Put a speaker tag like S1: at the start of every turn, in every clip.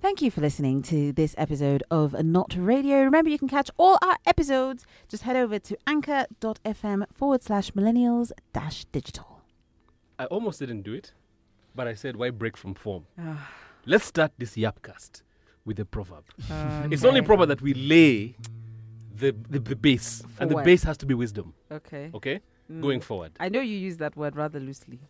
S1: Thank you for listening to this episode of Not Radio. Remember, you can catch all our episodes. Just head over to anchor.fm forward slash millennials dash digital.
S2: I almost didn't do it, but I said, why break from form?
S1: Ah,
S2: Let's start this Yapcast with a proverb.
S1: Uh,
S2: It's only proper that we lay the, the, the base,
S1: For
S2: and the
S1: what?
S2: base has to be wisdom,
S1: Okay. Mm.
S2: okay? Going forward.
S1: I know you use that word rather loosely.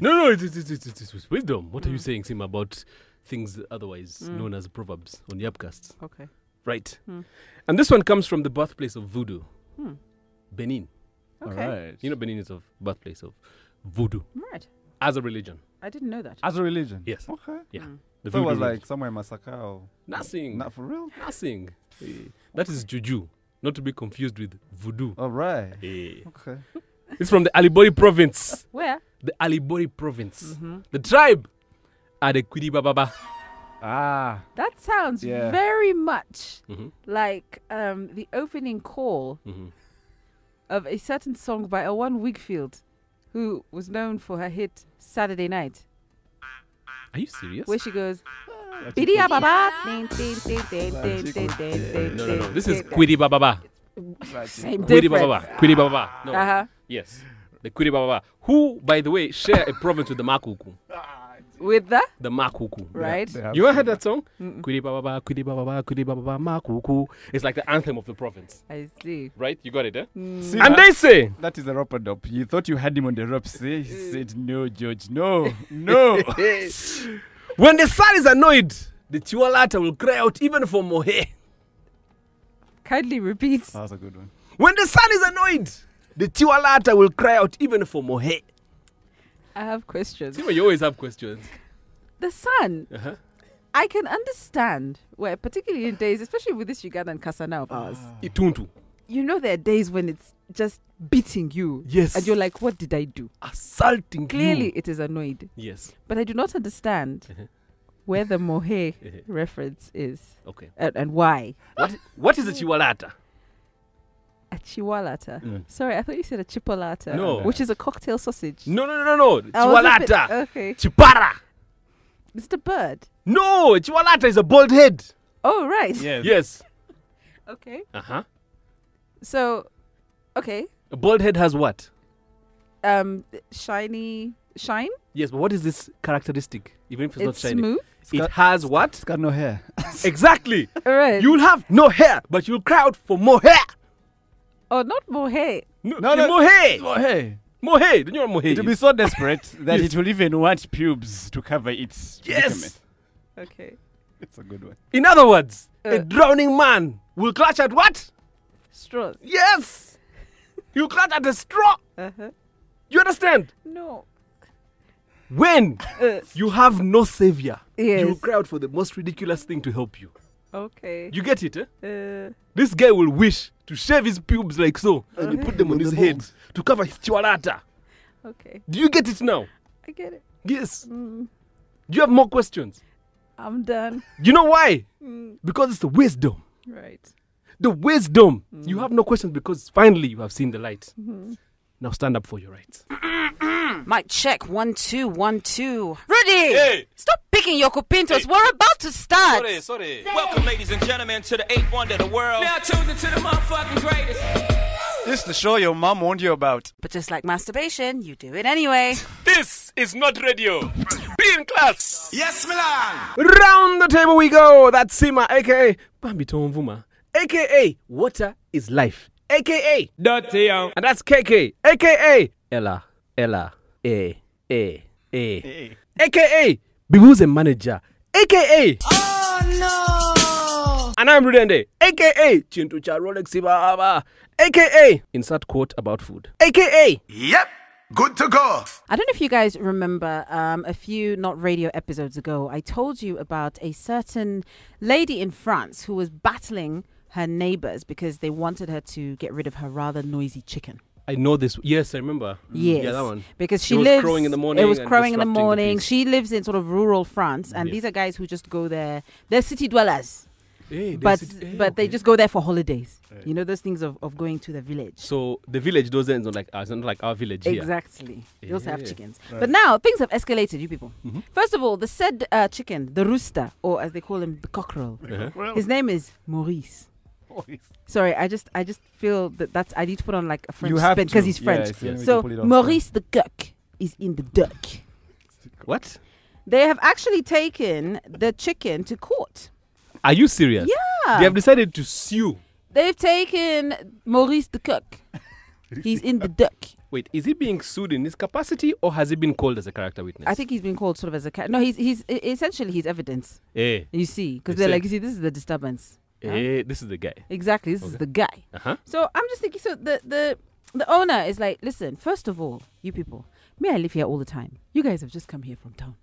S2: No, no, it's, it's, it's, it's, it's- it's wisdom. What are you
S1: Mm.
S2: saying, Sim, about things otherwise known as proverbs on Yapcasts?
S1: Okay.
S2: Right.
S1: Hmm.
S2: And this one comes from the birthplace of voodoo,
S1: Hmm.
S2: Benin.
S1: Okay.
S3: All right.
S2: You know, Benin is the birthplace of voodoo
S1: Right.
S2: as a religion.
S1: I didn't know that.
S3: as a religion.
S2: Yes.
S3: Okay.
S2: Ah, Yeah.
S1: Mm.
S2: The
S3: So it
S2: voodoo
S3: was like
S2: religion.
S3: somewhere in Masakao.
S2: nothing.
S3: Not for real.
S2: nothing. Eh, That is juju, not to be confused with voodoo.
S3: All right.
S2: Eh.
S3: Okay.
S2: It's from the Alibori province.
S1: Where?
S2: The Alibori province.
S1: Mm-hmm.
S2: The tribe are the Kiribababa.
S3: Ah.
S1: That sounds
S3: Yeah.
S1: very much
S2: Mhm,
S1: like um, the opening call
S2: mhm.
S1: of a certain song by Owen Wigfield, who was known for her hit Saturday Night,
S2: Are you serious?
S1: where she goes,
S3: That's a
S1: Bidia
S3: good-
S1: Baba. din, din, din, din, din,
S3: chick
S1: din,
S3: was-
S1: din,
S3: yeah.
S1: din,
S2: No, no, no.
S1: din,
S2: This is
S1: din."
S2: Kiribababa.
S3: that's a-
S1: Same difference.
S2: Kiribababa. Kiribababa. No.
S1: Uh-huh.
S2: Yes. The Kiribababa, who, by the way, share a province with the Makuku.
S1: With the,
S2: The Makuku.
S1: right?
S3: they have
S2: You ever
S3: same-
S2: heard that song? Kiribababa, Kiribababa, Kiribababa, Makuku. It's like the anthem of the province,
S1: I see.
S2: right? You got it, eh?
S1: Mm.
S3: See,
S2: And
S3: that-
S2: they say,
S3: that is a rope dope. You thought you had him on the ropes. He said, "No, George, no, no."
S2: when the sun is annoyed, the Chiwalata will cry out even for Mohe.
S1: Kindly repeat.
S2: Uh.
S3: that was a good one.
S2: When the sun is annoyed, the Chiwalata will cry out even for Mohe.
S1: I have questions.
S2: See, you always have questions.
S1: The sun.
S2: Uh-huh.
S1: I can understand where, particularly in days, especially with this Ugandan Kasana of ours,
S2: Ah. Ituntu.
S1: you know there are days when it's just beating you.
S2: Yes.
S1: And you're like, what did I do?
S2: Assaulting
S1: Clearly
S2: you.
S1: it is annoyed.
S2: Yes.
S1: But I do not understand where the Mohe
S2: Uh-huh.
S1: reference is
S2: Okay.
S1: and, and why.
S2: What, what is a Chiwalata?
S1: A chihualata.
S2: Mm.
S1: Sorry, I thought you said a chipolata.
S2: No.
S1: Which is a cocktail sausage.
S2: No, no, no, no, no.
S1: I uh, was a bit-
S2: Chiwalata.
S1: okay.
S2: Chipara.
S1: It's the bird.
S2: No, Chiwalata is a bald head.
S1: Oh, right.
S3: Yes.
S2: Yes.
S1: Okay.
S2: Uh huh.
S1: So, okay.
S2: A bald head has what?
S1: Um, shiny, shine?
S2: Yes, but what is this characteristic? Even if it's, not
S1: It's,
S2: shiny,
S1: smooth.
S2: it has what?
S3: It's got no hair.
S2: exactly.
S1: All right.
S2: You'll have no hair, but you'll cry out for more hair.
S1: Oh, not Mohe.
S2: No,
S3: No, no.
S2: more hair,
S3: Oh, hey.
S2: more hair. Do you know what more hair?
S3: It'll be
S2: is?
S3: so desperate that
S2: Yes.
S3: it will even want pubes to cover its.
S2: yes.
S3: predicament.
S1: Okay.
S3: It's a good one.
S2: In other words, a
S1: Uh.
S2: drowning man will clutch at what?
S1: Straws.
S2: Yes. you clutch at a straw.
S1: Uh-huh.
S2: You understand?
S1: No.
S2: When
S1: Uh,
S2: you have no savior, you
S1: yes.
S2: cry out for the most ridiculous thing to help you.
S1: Okay.
S2: You get it? Eh?
S1: Uh,
S2: This guy will wish to shave his pubes like so and you put them on his head to cover his chiwalata.
S1: okay.
S2: Do you get it now?
S1: I get it.
S2: Yes.
S1: Mm,
S2: Do you have more questions?
S1: I'm done.
S2: You know why?
S1: Mm,
S2: Because it's the wisdom.
S1: right.
S2: The wisdom. You have no questions because finally you have seen the light. Now stand up for your rights.
S4: Mic check one two one two. Ready? Stop picking your copintos. We're about to start.
S5: sorry. Welcome, ladies and gentlemen, to the eighth wonder of the world. Now tuned into the motherfucking greatest.
S3: This is the show your mom warned you about.
S4: But just like masturbation, you do it anyway.
S2: This is not radio. Be in class.
S5: Yes, Milan.
S2: Round the table we go. That's Sima, aka Bambi Tomvuma, aka Water is Life, aka
S5: Dirty young.
S2: and that's KK, aka Ella, Ella, A, A, A,
S3: Hey.
S2: aka Bibuze Manager, aka
S5: Oh
S2: And I'm Rudende, aka Chintucha Rolex Ibaba, aka Insert quote about food, aka
S6: Yep, good to go.
S1: I don't know if you guys remember um, a few not radio episodes ago, I told you about a certain lady in France who was battling her neighbors because they wanted her to get rid of her rather noisy chicken.
S2: I know this. Yes, I remember. Mm.
S1: Yes.
S2: Yeah, that one.
S1: Because
S2: It
S1: she
S2: was
S1: lives.
S2: crowing in the morning
S1: It was
S2: and
S1: crowing in the
S2: disrupting the
S1: morning.
S2: peace.
S1: she lives in sort of rural France, and
S2: Yeah.
S1: these are guys who just go there. They're city dwellers.
S2: Hey, they
S1: but
S2: sit- hey,
S1: but they
S2: okay.
S1: just go there for holidays. You know those things of, of going to the village.
S2: So the village doesn't like ours, not like our village here.
S1: Exactly. They also have
S2: Yeah.
S1: chickens. But now things have escalated, you people.
S3: Mm-hmm.
S1: First of all, the said uh, chicken, the rooster, or as they call him, the cockerel.
S2: Uh-huh.
S1: His name is Maurice.
S3: Oh,
S1: Sorry, I just I just feel that that's I need to put on like a French
S3: you have
S1: spin because
S3: to.
S1: he's
S3: Yeah,
S1: French.
S3: it's the only way to
S1: so
S3: pull it off.
S1: Maurice the Gurk is in the duck.
S2: What?
S1: They have actually taken the chicken to court.
S2: Are you serious?
S1: Yeah.
S2: They have decided to sue.
S1: They've taken Maurice the Cook. He's in the duck.
S2: Wait, is he being sued in this capacity or has he been called as a character witness?
S1: I think he's been called sort of as a cat. No, he's he's e- essentially he's evidence.
S2: Hey,
S1: You see, because
S2: They
S1: they're
S2: said-
S1: like, you see, this is the disturbance. Huh?
S2: hey, Eh, this is the guy.
S1: Exactly, this is the guy.
S2: Uh huh.
S1: So I'm just thinking. So the the the owner is like, listen, first of all, you people, me, I live here all the time. You guys have just come here from town.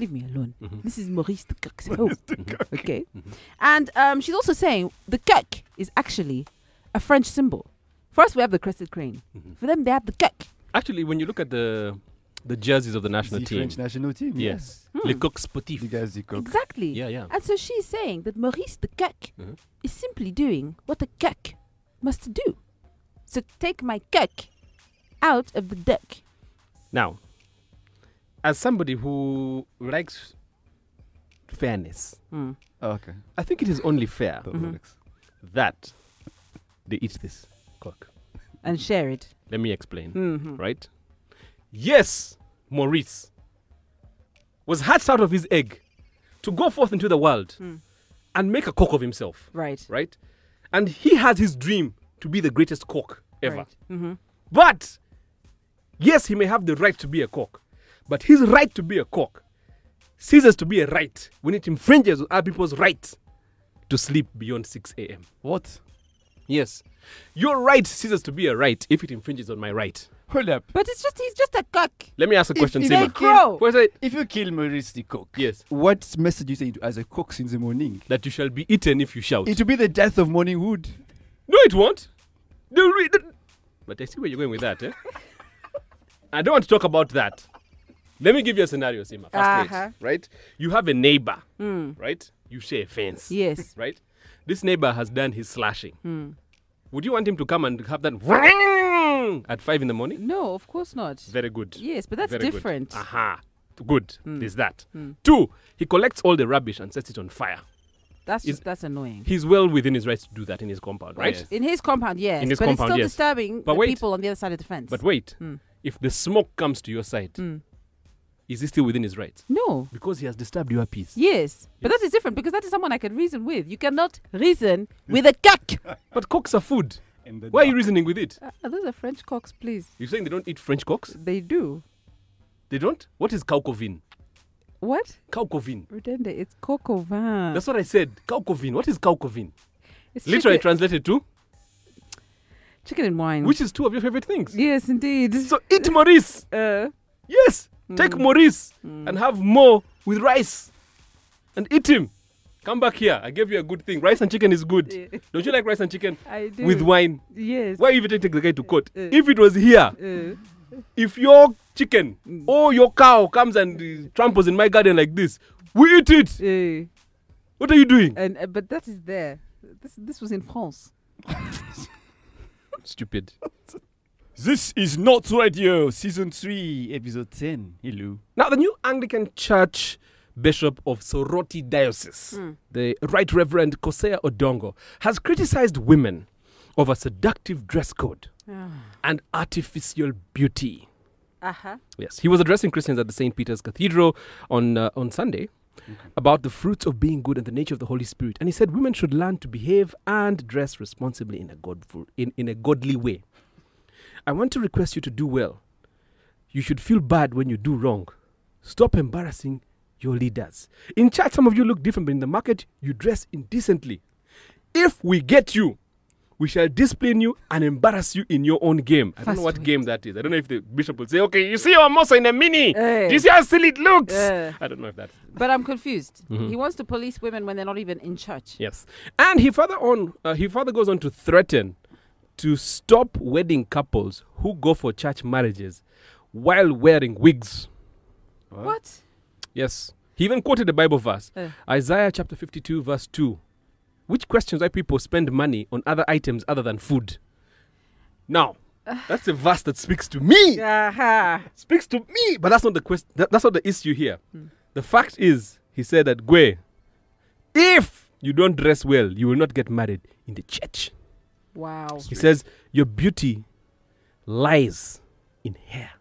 S1: Leave me alone. This is Maurice the cook's home. Mm-hmm.
S2: Mm-hmm.
S1: Okay, and um, she's also saying the cook is actually a French symbol. For us, we have the crested crane. For them, they have the cook.
S2: Actually, when you look at the the jerseys of the national
S3: The
S2: team,
S3: French national team. yeah.
S2: yes,
S1: Hmm.
S2: Le Coq Sportif.
S3: You guys, the cook.
S1: Exactly.
S2: Yeah, yeah.
S1: And so she's saying that Maurice the cook
S2: Mhm.
S1: is simply doing what a cook must do. So take my cook out of the duck.
S2: Now, as somebody who likes fairness,
S1: Hmm.
S3: Oh, okay.
S2: I think it is only fair
S3: That
S1: Mm-hmm.
S3: works.
S2: that they eat this cock.
S1: and share it. Mm-hmm.
S2: Let me explain. Right? Yes, Maurice was hatched out of his egg to go forth into the world and make a cock of himself.
S1: Right.
S2: Right? And he has his dream to be the greatest cock ever.
S1: Right.
S2: But yes, he may have the right to be a cock, but his right to be a cock ceases to be a right when it infringes on other people's right to sleep beyond 6 a.m.
S3: What?
S2: Yes, your right ceases to be a right if it infringes on my right.
S3: Hold up.
S1: But it's just he's just a cock.
S2: Let me ask a question,
S3: if
S1: they
S2: Sima.
S1: grow-
S2: What is it?
S3: If you kill Maurice the cook,
S2: Yes,
S3: what message you send as a cook in the morning?
S2: that you shall be eaten if you shout.
S3: It will be the death of morning wood.
S2: no, it won't. No, re- no. But I see where you're going with that. Eh? I don't want to talk about that. Let me give you a scenario, Sima.
S1: Uh-huh.
S2: Fast
S1: Hmm.
S2: rate, right? You have a neighbor, right? You share a fence.
S1: Yes. Hmm.
S2: right? This neighbor has done his slashing. Would you want him to come and have that at five in the morning?
S1: No, of course not.
S2: Very good.
S1: Yes, but that's
S2: Very good. Ah,
S1: different. Hmm.
S2: Aha. Good. There's that. Two, he collects all the rubbish and sets it on fire.
S1: That's
S2: Is-
S1: just that's annoying.
S2: He's well within his rights to do that in his compound, right?
S3: Yes.
S1: In his compound, yes,
S2: In his
S1: but
S2: compound,
S1: it's still
S2: yes.
S1: disturbing
S2: But
S1: the
S2: wait.
S1: people on the other side of the fence.
S2: But wait,
S1: Hmm.
S2: if the smoke comes to your side, is he still within his rights?
S1: no.
S2: Because he has disturbed your peace.
S1: Yes, but that is different because that is someone I can reason with. You cannot reason with a cock.
S2: But cocks are food. Why are you reasoning with it?
S1: Uh, those are French cocks, please.
S2: You're saying they don't eat French cocks?
S1: They do.
S2: They don't? What is cowcovin?
S1: What?
S2: Cowcovin.
S1: Redende, it's coco vin.
S2: That's what I said. Cowcovin. What is cowcovin?
S1: It's
S2: Literally
S1: chicken,
S2: translated to,
S1: chicken and wine.
S2: which is two of your favorite things.
S1: yes, indeed.
S2: So eat Maurice.
S1: uh,
S2: Yes. Take Maurice and have more with rice and eat him. Come back here. I gave you a good thing. Rice and chicken is good.
S1: Yeah.
S2: Don't you like rice and chicken
S1: I do.
S2: with wine?
S1: Yes.
S2: Why even take the guy to court?
S1: Uh.
S2: If it was here,
S1: Uh,
S2: if your chicken or your cow comes and uh, tramples in my garden like this, we eat it.
S1: uh,
S2: What are you doing?
S1: and uh, but that is there. This this was in France.
S2: Stupid.
S3: This is not radio, season three, episode ten. Hello.
S2: Now, the new Anglican Church Bishop of Soroti Diocese, the Right Reverend Kosea Odongo, has criticized women over seductive dress code and artificial beauty.
S1: Uh huh.
S2: Yes, he was addressing Christians at the St. Peter's Cathedral on, uh, on Sunday about the fruits of being good and the nature of the Holy Spirit. And he said women should learn to behave and dress responsibly in a, godful, in, in a godly way. I want to request you to do well. You should feel bad when you do wrong. Stop embarrassing your leaders. In church, some of you look different, but in the market, you dress indecently. If we get you, we shall discipline you and embarrass you in your own game. I don't know
S1: Fast
S2: what
S1: way.
S2: game that is. I don't know if the bishop will say, okay, you see Omosa in a mini. Do you see how silly it looks?
S1: Eh.
S2: I don't know if that.
S1: But I'm confused.
S2: Mm-hmm.
S1: He wants to police women when they're not even in church.
S2: Yes. And he further on, uh, he further goes on to threaten to stop wedding couples who go for church marriages while wearing wigs.
S1: What?
S2: Yes. He even quoted the Bible verse,
S1: Eh.
S2: Isaiah chapter 52, verse 2.
S7: which questions why people spend money on other items other than food. Now, that's a verse that speaks to me.
S1: Aha.
S7: Speaks to me, but that's not the question. that's not the issue here. The fact is, he said that Gwe, if you don't dress well, you will not get married in the church.
S1: Wow.
S7: He says your beauty lies in hair.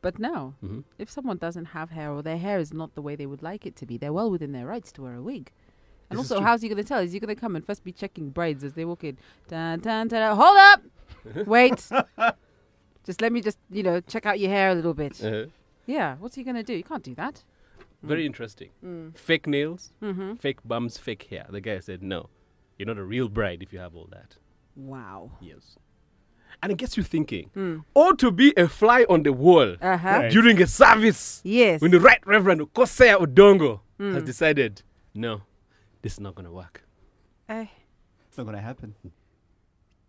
S1: But now,
S8: Mm-hmm.
S7: Mhm.
S1: if someone doesn't have hair or their hair is not the way they would like it to be, they're well within their rights to wear a wig. And
S7: This is
S1: also,
S7: true.
S1: how's he going to tell? Is he going to come and first be checking brides as they walk in? Dun, dun, dun, dun. Hold up! Wait! just let me just, you know, check out your hair a little bit. Yeah, what's he going to do? You can't do that.
S7: Uh-huh. Very interesting. Fake nails, fake bums, fake hair. The guy said, "No, you're not a real bride if you have all that."
S1: Wow.
S7: Yes. And it gets you thinking. Ought to be a fly on the wall
S1: Uh
S2: Uh-huh.
S1: huh.
S3: Right.
S7: during a service
S1: Yes.
S7: when the right Reverend Kosea Odongo
S2: Hmm.
S7: has decided, "No, this is not going to work."
S1: Eh.
S3: It's not gonna happen.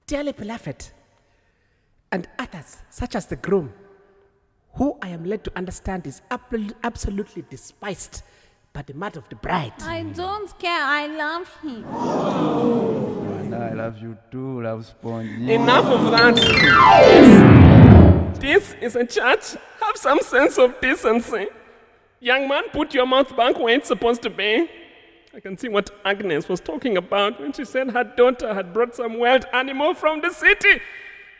S2: Dearly beloved, and others such as the groom, who I am led to understand is ab- absolutely despised by the mother of the bride.
S8: I don't care. I love him.
S3: I love you too, love spawn.
S2: Enough of that. This is a church. Have some sense of decency. Young man, put your mouth back where it's supposed to be. I can see what Agnes was talking about when she said her daughter had brought some wild animal from the city.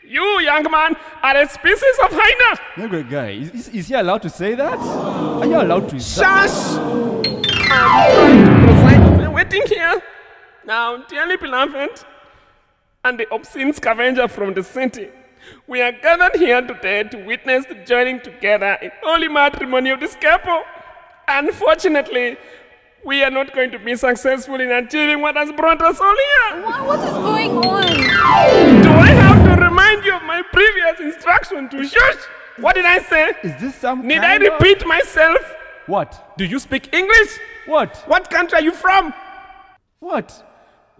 S2: You, young man, are a species of hyena.
S3: Negro guy, is, is, is he allowed to say that? Are you allowed to? Shut
S2: Shush! I'm trying to preside over the wedding here. Now, dearly beloved, and the obscene scavenger from the city, we are gathered here today to witness the joining together in holy matrimony of this couple. Unfortunately, we are not going to be successful in achieving what has brought us all here.
S8: Wha- what is going on?
S2: Do I have to remind you of my previous instruction to shush? What did I say?
S3: Is this some?
S2: Need I
S3: kind of-
S2: repeat myself?
S3: What?
S2: Do you speak English?
S3: What?
S2: What country are you from?
S3: What?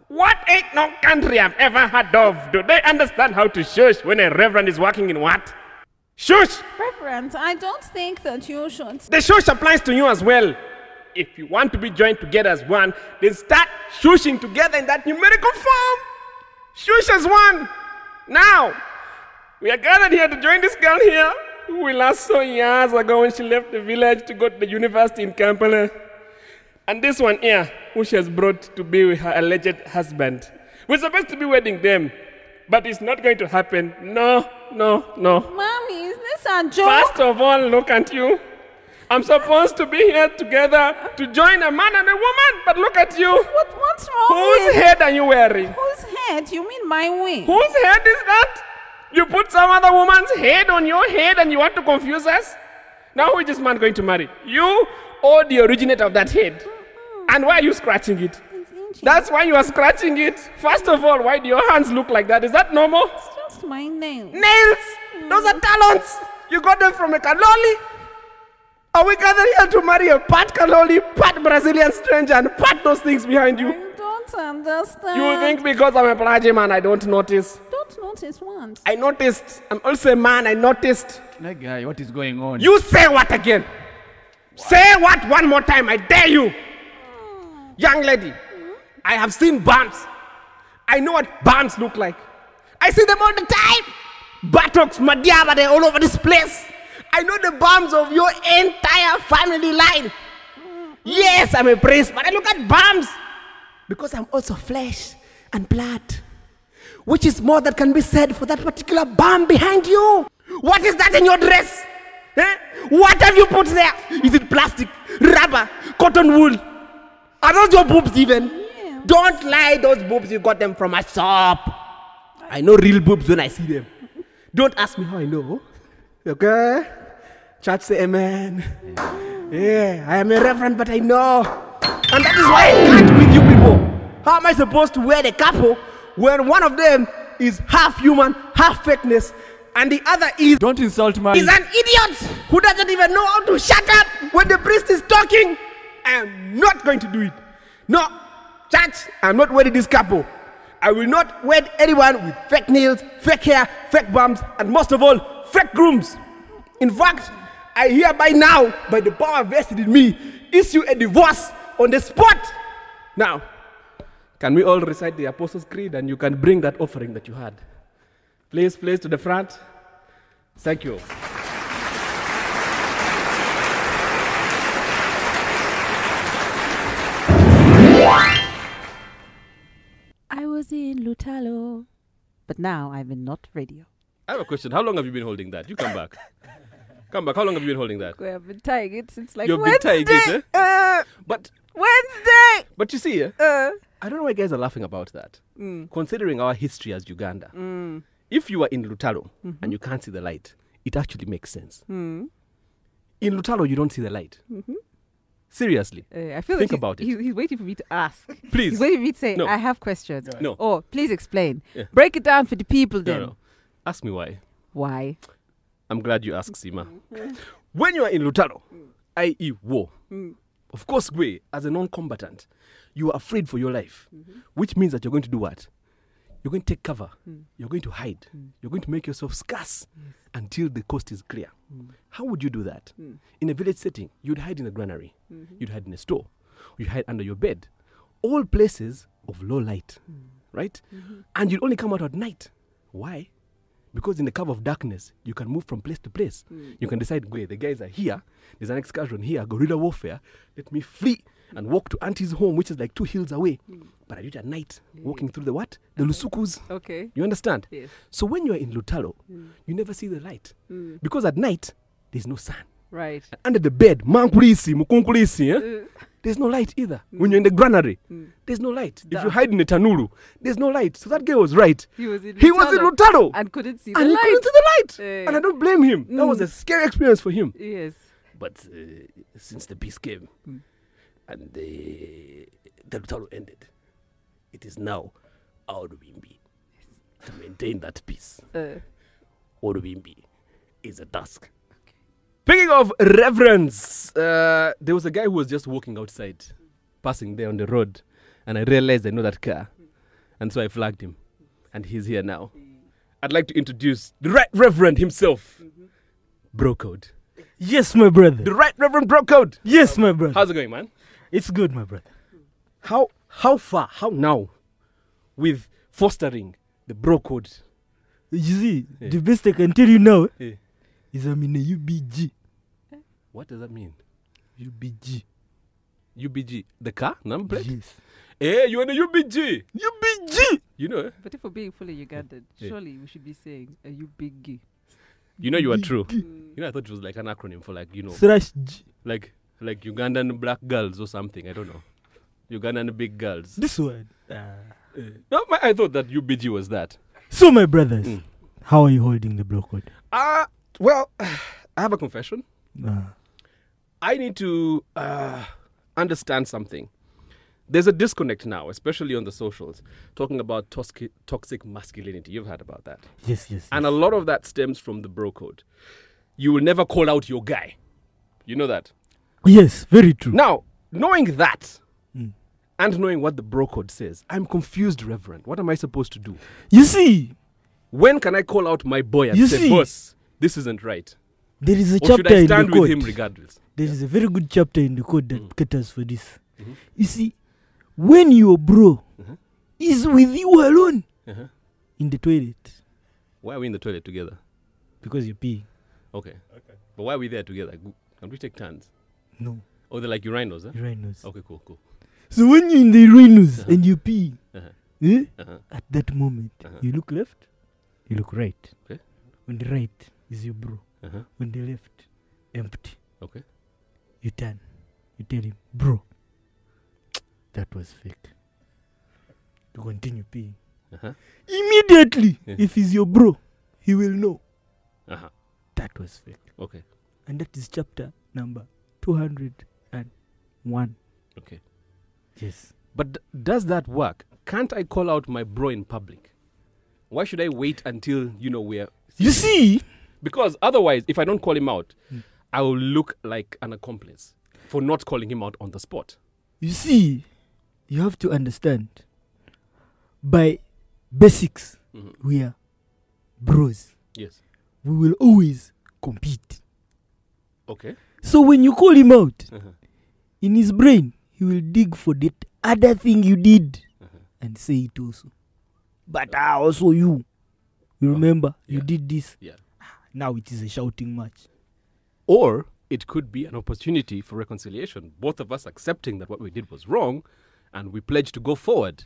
S2: What ain't no country I've ever heard of? Do they understand how to shush when a reverend is working in what? Shush!
S8: Reverend, I don't think that you should.
S2: The shush applies to you as well. If you want to be joined together as one, then start shushing together in that numerical form. Shush as one. Now, we are gathered here to join this girl here who we last saw years ago when she left the village to go to the university in Kampala. And this one here, who she has brought to be with her alleged husband. We're supposed to be wedding them, but it's not going to happen. No, no, no.
S8: Mommy, is this a joke?
S2: First of all, look at you. I'm supposed to be here together to join a man and a woman, but look at you.
S8: What, what's wrong
S2: Whose
S8: with
S2: head are you wearing?
S8: Whose head? You mean my wing?
S2: Whose head is that? You put some other woman's head on your head and you want to confuse us? Now who is this man going to marry? You or the originator of that head? And why are you scratching it?
S8: Mm-hmm. It's inches.
S2: That's why you are scratching it. First of all, why do your hands look like that? Is that normal?
S8: just my nail.
S2: Nails! Those are talons! You got them from a Kaloli! Are we gathered here to marry a part Kaloli, part Brazilian stranger, and part those things behind you?
S8: I don't understand.
S2: You think because I'm a pelagian man, I don't notice.
S8: Don't notice once.
S2: I noticed. I'm also a man, I noticed.
S3: That guy, what is going on?
S2: You say what again? Say what one more time, I dare you! Young lady, I have seen bumps. I know what bumps look like. I see them all the time. Buttocks, Madiaba, they're all over this place. I know the bumps of your entire family line. Yes, I'm a priest, but I look at bumps because I'm also flesh and blood, which is more that can be said for that particular bum behind you. What is that in your dress? Eh? What have you put there? Is it plastic, rubber, cotton wool? Are those your boobs even? Don't lie, those boobs you got them from a shop. I know real boobs when I see them. Don't ask me how I know. Okay? Church say amen. Yeah, I am a reverend, but I know. And that is why I can't with you people. How am I supposed to wear the couple when one of them is half human, half fakeness, and the other is
S3: Don't insult my.
S2: He's an idiot who doesn't even know how to shut up when the priest is talking. I am not going to do it. No, church, I'm not wedding this couple. I will not wed anyone with fake nails, fake hair, fake bumps, and most of all, fake grooms. In fact, I hereby now, by the power vested in me, issue a divorce on the spot. Now, Can we all recite the Apostles' Creed and you can bring that offering that you had? Please, please, to the front. Thank you.
S1: I was in Lutalo, but now I'm in Not Radio.
S2: I have a question. How long have you been holding that? You come back. come back. How long have you been holding that?
S8: We have been tying it since like
S2: You've been
S8: Wednesday.
S2: tying it, eh?
S8: Uh,
S2: But
S8: Wednesday.
S2: but you see, eh,
S8: Uh,
S2: I don't know why guys are laughing about that. Considering our history as Uganda, if you are in Lutalo and you can't see the light, it actually makes sense. In Lutalo, you don't see the light. Seriously.
S1: Uh, I feel like
S2: Think
S1: he's-
S2: about it.
S1: He's, he's waiting for me to ask.
S2: Please.
S1: He's waiting for me to say,
S2: No.
S1: I have questions.
S2: No.
S1: Or please explain.
S2: Yeah.
S1: Break it down for the people
S2: No,
S1: then.
S2: no. Ask me why.
S1: Why?
S2: I'm glad you asked, Sima. when you are in Lutalo, i.e., war, of course, Gwe, as a non combatant, you are afraid for your life, which means that you're going to do what? You're going to take cover, you're going to hide, you're going to make yourself scarce until the coast is clear. How would you do that? In a village setting, you'd hide in a granary, you'd hide in a store, you'd hide under your bed, all places of low light, right? And you'd only come out at night. Why? Because in the cover of darkness, you can move from place to place.
S1: Mm.
S2: You can decide, wait, the guys are here. There's an excursion here, guerrilla warfare. Let me flee and walk to Auntie's home, which is like two hills away.
S1: Mm.
S2: But I do it at night, walking through the what? The Lusukus.
S1: Okay.
S2: You understand?
S1: Oh. Yes. Mm.
S2: So when you're in Lutalo, you never see the light. Because at night, there's no sun.
S1: Right.
S2: And under the bed, mankulisi, mukunkulisi, eh?
S1: Mm.
S2: there's no light either. When you're in the granary, there's no light. If you hide in the tanuru, there's no light. So that guy was right.
S1: He was in
S2: He was in Lutalo
S1: and couldn't see
S2: Oh.
S1: the
S2: and he
S1: light.
S2: couldn't see the light.
S1: Eh. Mm.
S2: And I don't blame him. That was a scary experience for him.
S1: Yes.
S2: But uh, since the peace came and the the Lutalo ended, it is now our Wimbi to maintain that peace.
S1: Uh,
S2: Orubimbi is a task. Speaking of reverence, uh, there was a guy who was just walking outside, passing there on the road, and I realized I know that car, and so I flagged him, and he's here now. I'd like to introduce the Right Reverend himself, Brocode.
S9: Yes, my brother.
S2: The Right Reverend Brocode.
S9: Yes, my brother.
S2: How's it going, man?
S9: It's good, my brother.
S2: How how far? How now? With fostering the Brocode.
S9: You see, the best I can tell you now
S2: Yeah.
S9: is I'm in a UBG.
S2: What does that mean?
S9: UBG.
S2: UBG, the car number plate.
S9: Yes.
S2: Hey, you're Eh, in the UBG.
S9: UBG!
S2: You know. eh?
S1: but if we're being fully Ugandan,
S2: Yeah.
S1: surely we should be saying, Are you biggie?
S2: You know you are true. You know I thought it was like an acronym for like you know
S9: Slash G.
S2: like like Ugandan black girls or something. I don't know. Ugandan big girls.
S9: This one. Ah.
S2: No, my, I thought that UBG was that.
S9: So, my brothers,
S2: Mm.
S9: how are you holding the blockade?
S2: Ah, well, I have a confession.
S9: Ah.
S2: I need to uh, understand something. There's a disconnect now, especially on the socials, talking about tosci- toxic masculinity. You've heard about that.
S9: Yes, yes.
S2: And a lot of that stems from the bro code. You will never call out your guy. You know that?
S9: yes, very true.
S2: Now, knowing that
S9: Mm.
S2: and knowing what the bro code says, I'm confused, Reverend. What am I supposed to do?
S9: You see,
S2: When can I call out my boy and
S9: You
S2: say,
S9: see-
S2: boss, this isn't right?
S9: there is a
S2: Or should
S9: chapter
S2: I
S9: in the
S2: stand with
S9: code.
S2: him Mm. regardless?
S9: There is a very good chapter in the code that caters for this.
S2: Mm-hmm.
S9: You see, when your bro is with you alone
S2: Uh-huh.
S9: in the toilet
S2: Why are we in the toilet together?
S9: because you're peeing,
S2: Okay. okay. But why are we there together? G- Can we take turns?
S9: no,
S2: Oh, they're like urinals, huh?
S9: urinals.
S2: Okay, cool, cool.
S9: So when you're in the urinals
S2: Oh. Uh-huh.
S9: and you pee,
S2: Uh-huh.
S9: eh,
S2: Uh-huh.
S9: at that moment,
S2: Uh-huh.
S9: you look left, you look right.
S2: Okay.
S9: On the right is your bro.
S2: Uh-huh.
S9: On the left, empty.
S2: Okay.
S9: You turn. You tell him, bro, that was fake. You continue peeing.
S2: Uh-huh.
S9: Immediately,
S2: Yeah.
S9: if he's your bro, he will know
S2: Uh-huh.
S9: that was fake.
S2: Okay.
S9: And that is chapter number 201.
S2: Okay.
S9: Yes.
S2: But d- does that work? Can't I call out my bro in public? Why should I wait until, you know, we're
S9: You see,
S2: Because otherwise, if I don't call him out,
S9: Mm.
S2: I will look like an accomplice for not calling him out on the spot.
S9: you see, you have to understand by basics,
S2: Mhm.
S9: we are bros.
S2: Yes.
S9: We will always compete.
S2: Okay.
S9: So when you call him out,
S2: Uh-huh.
S9: in his brain, he will dig for that other thing you did
S2: Uh-huh.
S9: and say it also. But ah, also you, you remember you
S2: Oh, yeah.
S9: did this. Ah,
S2: Yeah.
S9: Now it is a shouting match.
S2: Or it could be an opportunity for reconciliation. Both of us accepting that what we did was wrong and we pledge to go forward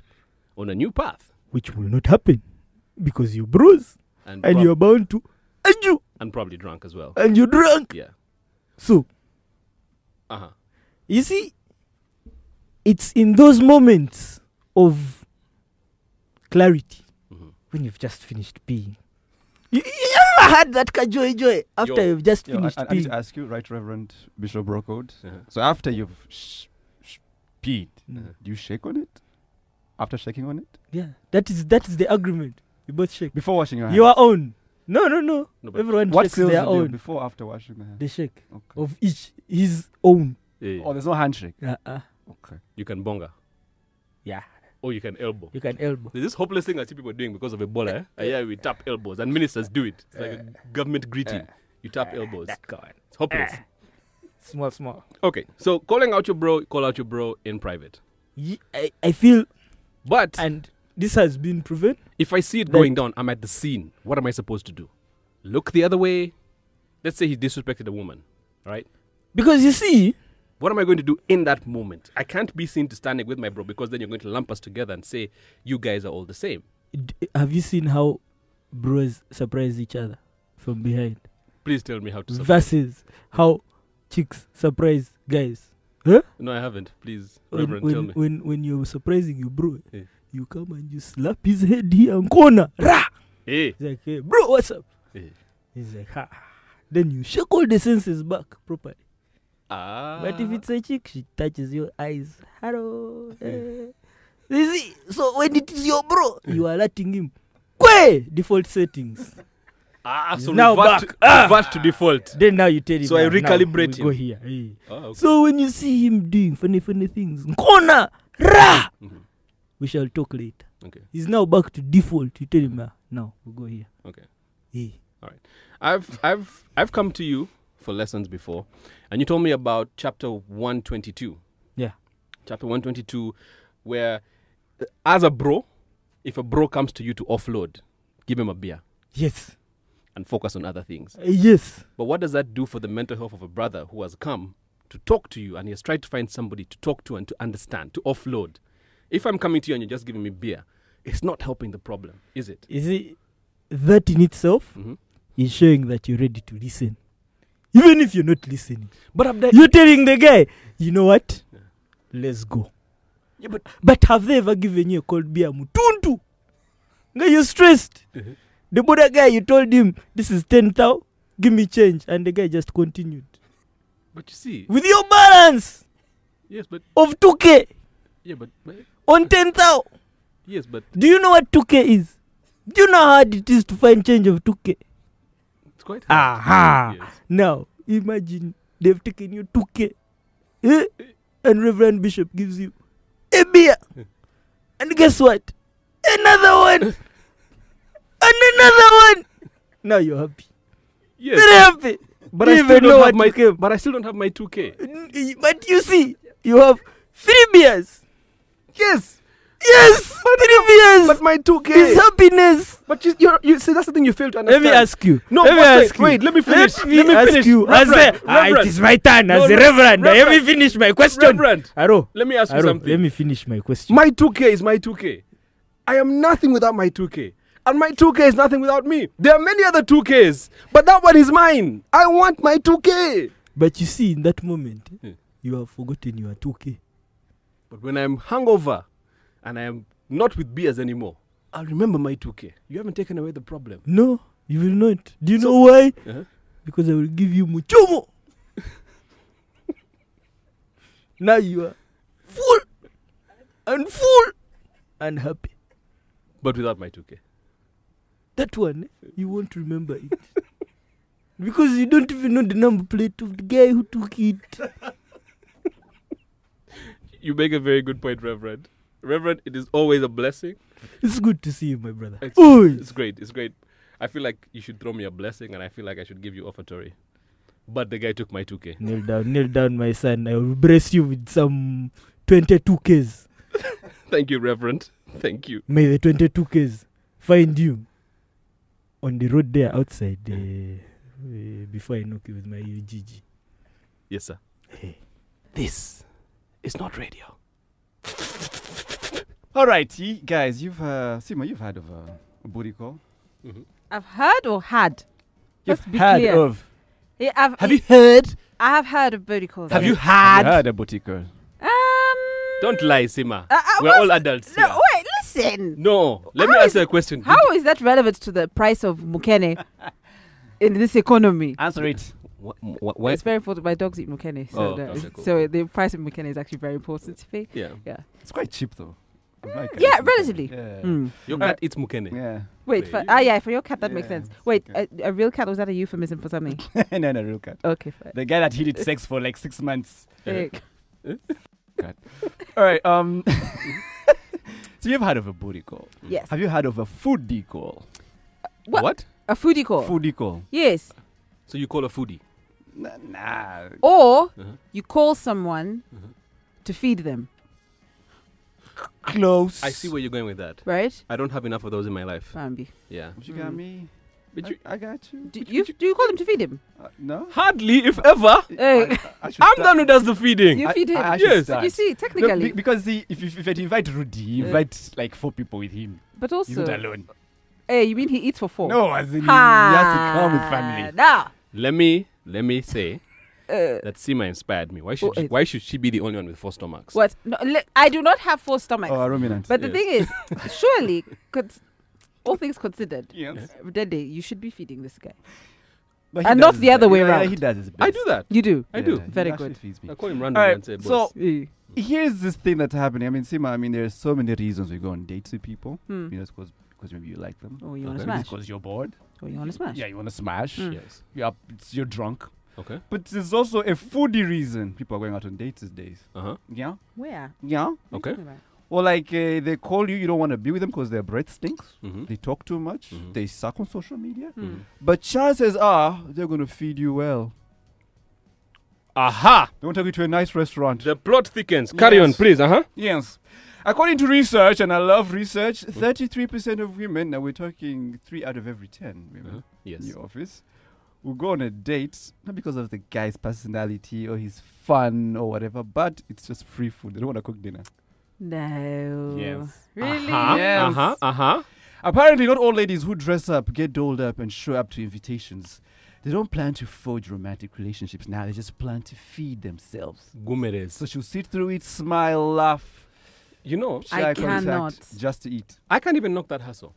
S2: on a new path.
S9: which will not happen because you bruise
S2: And, Uh,
S9: and
S2: prob-
S9: you're bound to and you
S2: and probably drunk as well.
S9: and you drunk.
S2: Yeah.
S9: So
S2: Uh huh.
S9: you see, it's in those moments of clarity
S3: Mm-hmm.
S2: Mhm.
S9: when you've just finished peeing. You, you ever had that kajoy joy after
S2: Yo.
S9: you've just
S3: Yo, I,
S9: finished
S3: I- I need
S9: peeing?
S3: to ask you, right, Reverend Bishop Brockwood.
S2: Uh-huh.
S3: So after you've sh- sh- peed,
S9: Mm.
S3: do you shake on it? After shaking on it,
S9: yeah, that is that is the agreement. You both shake.
S3: before washing your hands.
S9: Your own. No, no, no.
S2: No, but-
S9: Everyone
S3: what
S9: shakes
S3: seals
S9: their
S3: the deal
S9: own.
S3: before after washing the hands?
S9: They shake
S3: Okay.
S9: of each his own.
S2: Yeah, yeah.
S3: Oh, there's no handshake.
S9: Uh-uh.
S2: You can bonga.
S9: Yeah.
S2: Or you can elbow.
S9: You can elbow.
S2: There's this hopeless thing I see people doing because of Ebola. Eh? Ah, yeah, we tap elbows. And ministers do it. It's like a government greeting. You tap elbows.
S9: guy.
S2: It's hopeless.
S9: Small, small.
S2: Okay. So calling out your bro, call out your bro in private.
S9: Ye- I, I feel,
S2: But
S9: and this has been proven.
S2: if I see it
S9: That-
S2: going down, I'm at the scene. What am I supposed to do? Look the other way. Let's say he disrespected a woman, right?
S9: Because you see,
S2: What am I going to do in that moment? I can't be seen to standing with my bro because then you're going to lump us together and say you guys are all the same.
S9: d- have you seen how bros surprise each other from behind
S2: Please tell me how to. Support.
S9: versus how chicks surprise guys?
S2: No, I haven't. Please,
S9: When,
S2: Reverend, Eh. tell
S9: when,
S2: me.
S9: when, when you're surprising your bro,
S2: Yeah.
S9: you come and you slap his head here and corner. Rah!
S2: Hey,
S9: He's like, hey, bro, what's up?
S2: Yeah.
S9: He's like, ha. Then you shake all the senses back properly.
S2: ah,
S9: But if it's a chick, she touches your eyes. Hello. eh. You see, so when it is your bro,
S2: Eh.
S9: you are alerting him. Kwe! Default settings.
S2: ah, so
S9: now
S2: revert,
S9: back.
S2: To,
S9: Ah!
S2: revert to default.
S9: Then now you tell him.
S2: So I
S9: "Ah, now
S2: recalibrate
S9: we Go
S2: him."
S9: here. eh.
S2: Oh, okay.
S9: So when you see him doing funny, funny things, corner, rah!
S2: Mhm.
S9: We shall talk later.
S2: Okay.
S9: He's now back to default. You tell him, ah, now we go here.
S2: Okay.
S9: Eh.
S2: I've I've I've come to you for lessons before, and you told me about chapter one twenty two.
S9: Yeah.
S2: Chapter one twenty two, where uh, as a bro, if a bro comes to you to offload, give him a beer
S9: Yes.
S2: and focus on other things.
S9: Eh, yes.
S2: But what does that do for the mental health of a brother who has come to talk to you and he has tried to find somebody to talk to and to understand, to offload? If I'm coming to you and you're just giving me beer, it's not helping the problem, is it?
S9: Is it that in itself
S2: Mhm.
S9: is showing that you're ready to listen. Even if you're not listening.
S2: But I'm there.
S9: You're telling the guy, you know what? Let's go.
S2: Yeah, but
S9: But have they ever given you a cold beer mutuntu? Nga you're stressed.
S2: Uh-huh.
S9: The border guy, you told him, this is 10 thou, give me change. And the guy just continued.
S2: but you see,
S9: With your balance
S2: yes, but
S9: of 2K
S2: yeah, but, but
S9: on 10 thou.
S2: yes, but
S9: Do you know what 2K is? Do you know how hard it is to find change of 2K?
S2: it's quite hard.
S9: Aha!
S2: Yes.
S9: Now, imagine they've taken you 2K. eh? And Reverend Bishop gives you a beer. And guess what? Another one. and another one. Now you're happy. Very
S2: Yes,
S9: happy.
S2: but
S9: you
S2: I
S9: even
S2: still
S9: know
S2: don't have
S9: what
S2: my
S9: you came.
S2: but I still don't have my 2k.
S9: N- y- But you see, you have three beers.
S2: Yes,
S9: Yes! Three beers.
S2: but my
S9: It's
S2: 2k.
S9: happiness.
S2: But you, you're, you see, that's the thing you fail to
S9: Let
S2: understand.
S9: me ask you.
S2: No,
S9: let me
S2: first,
S9: ask you.
S2: wait, let me finish.
S9: Let me,
S2: Let me
S9: ask
S2: finish.
S9: you. As
S2: Reverend,
S9: a- Ah, it
S2: Reverend.
S9: is my turn
S2: No,
S9: as the
S2: no,
S9: reverend. I
S2: Reverend.
S9: haven't finished my question.
S2: Reverend.
S9: Aro.
S2: Let me ask you
S9: Aro,
S2: something.
S9: Let me finish my question.
S2: My 2K is my 2K. I am nothing without my 2K. And my 2K is nothing without me. There are many other 2Ks, but that one is mine. I want my 2K.
S9: but you see, in that moment,
S2: Yeah.
S9: you have forgotten you are 2K.
S2: But when I'm hungover and I am not with beers anymore, I'll remember my 2K. You haven't taken away the problem.
S9: No, you will not. Do you know why?
S2: Uh-huh.
S9: Because I will give you muchomo. now you are full and full and happy.
S2: But without my 2K.
S9: That one, eh, you won't remember it. because you don't even know the number plate of the guy who took it.
S2: You make a very good point, Reverend. Reverend, it is always a blessing.
S9: It's good to see you, my brother.
S2: It's,
S9: Oi.
S2: it's great. It's great. I feel like you should throw me a blessing and I feel like I should give you offertory. But the guy took my 2K.
S9: Kneel down, kneel down, my son. I will brace you with some 22 Ks.
S2: Thank you, Reverend. Thank you.
S9: May the 22Ks find you on the road there outside uh, uh, before I knock you with my UGG.
S2: Yes, sir.
S9: Hey.
S2: This is not radio.
S3: All right, ye- guys, you've uh, Sima, you've heard of uh, booty call.
S1: I've heard or had.
S3: You've
S1: Let's be
S3: heard
S1: clear.
S3: of.
S1: Yeah, I've,
S2: Have you heard?
S1: I have heard of booty calls.
S2: Have you heard?
S3: I've heard of booty call.
S1: Um.
S2: Don't lie, Sima.
S1: I- I
S2: We're
S1: was-
S2: all adults.
S1: No,
S2: here. Mm.
S1: wait, listen.
S2: No, let me
S1: How
S2: ask
S1: is-
S2: you a question.
S1: How is that relevant to the price of mukene in this economy?
S3: Answer it.
S2: Wh- wh- why-
S1: It's very important. My dogs eat mukene, so,
S2: Oh,
S1: that-
S2: okay, cool.
S1: so the price of mukene is actually very important to me.
S2: Yeah,
S3: It's quite cheap though. I like it.
S1: yeah, relatively.
S3: Yeah.
S1: Hmm.
S2: your
S3: Uh,
S2: cat eats mukene.
S3: Yeah.
S1: Wait,
S2: There
S1: for,
S2: you
S1: ah, yeah, for your cat that makes
S3: Yeah,
S1: sense. Wait,
S3: okay.
S1: a, a real cat was that a euphemism for something?
S3: no, no, real cat.
S1: Okay, fine.
S3: The guy that he did sex for like six months.
S2: Uh-huh.
S1: Like,
S3: All right. Um. so you've heard of a booty call.
S1: yes,
S3: Have you heard of a foodie call?
S1: What? a foodie call.
S3: Uh, Foodie call.
S1: yes,
S2: So you call a foodie.
S3: Nah. nah.
S1: or
S2: Uh-huh.
S1: you call someone
S3: Uh-huh.
S2: Mhm.
S1: to feed them,
S3: Close.
S2: I see where you're going with that.
S1: right?
S2: I don't have enough of those in my life.
S1: Bambi.
S2: Yeah.
S3: But you got me.
S2: But you-
S3: I, I got Mm. you.
S1: Do you, do you call him to feed him?
S3: Uh, no.
S2: Hardly, if ever,
S1: Hey,
S3: I should
S2: I'm the
S3: start-
S2: one who does the feeding.
S1: you feed him.
S3: I, I should
S2: Yes.
S3: start.
S1: you see,
S3: No,
S1: technically,
S3: be- because see, if, if, if you invite Rudy, you
S1: Uh.
S3: invite like four people with him.
S1: but
S3: He's
S1: also,
S3: not alone.
S1: hey, you mean he eats for four?
S3: No, as in he has to come with family.
S1: Nah.
S2: Let me let me say
S1: Uh,
S2: that Sima inspired me. Why should
S1: Oh, eh.
S2: why should she be the only one with four stomachs?
S1: what? No, le- I do not have four stomachs.
S3: Oh, ruminant.
S1: but the
S2: yes.
S1: thing is, surely, could, all things considered,
S3: yes.
S1: Dede, you should be feeding this guy.
S3: But
S1: And
S3: does
S1: not
S3: his
S1: the other
S3: best.
S1: way
S3: Yeah, yeah,
S1: around.
S3: he does his best.
S2: I do that.
S1: You do.
S2: I do.
S3: Yeah, he
S1: Very
S3: actually
S1: good.
S3: feeds me.
S2: I call him randomly
S3: Alright,
S2: and say, boss.
S3: so
S1: Eh.
S3: here's this thing that's happening. I mean, Sima, I mean, there's so many reasons we go on dates with people.
S1: Hmm.
S3: You know, it's because maybe you like them.
S1: Oh, you want
S2: Okay.
S1: to smash?
S3: Because you're bored.
S1: Oh, you want to smash?
S3: Yeah, you want to smash.
S1: Mm.
S2: yes.
S3: You're, it's, you're drunk.
S2: Okay.
S3: But there's also a foodie reason people are going out on dates these days.
S2: Uh huh.
S3: Yeah?
S1: Where?
S3: Yeah?
S1: What are you talking about?
S3: Or like uh, they call you, you don't want to be with them because their breath stinks.
S2: hmm
S3: They talk too much.
S2: Mhm.
S3: They suck on social media.
S1: Mm-hmm. Hmm.
S3: But chances are they're going to feed you well.
S2: Aha!
S3: They want to take you to a nice restaurant.
S2: The plot thickens. Carry on,
S3: Yes.
S2: please. Uh huh.
S3: Yes. According to research, and I love research,
S2: Mm.
S3: 33% of women, now we're talking three out of every 10 women
S2: Uh-huh.
S3: in
S2: Yes.
S3: your office, will go on a date, not because of the guy's personality or his fun or whatever, but it's just free food. They don't want to cook dinner.
S1: No.
S3: Yes.
S1: Really?
S2: Uh-huh.
S3: Yes.
S2: Uh huh. Uh huh.
S3: Apparently, not all ladies who dress up, get dolled up, and show up to invitations. They don't plan to forge romantic relationships now, they just plan to feed themselves. So
S2: Gumeres.
S3: she'll sit through it, smile, laugh,
S2: You know,
S1: I
S3: shy contact,
S1: cannot.
S3: just to eat.
S2: I can't even knock that hustle.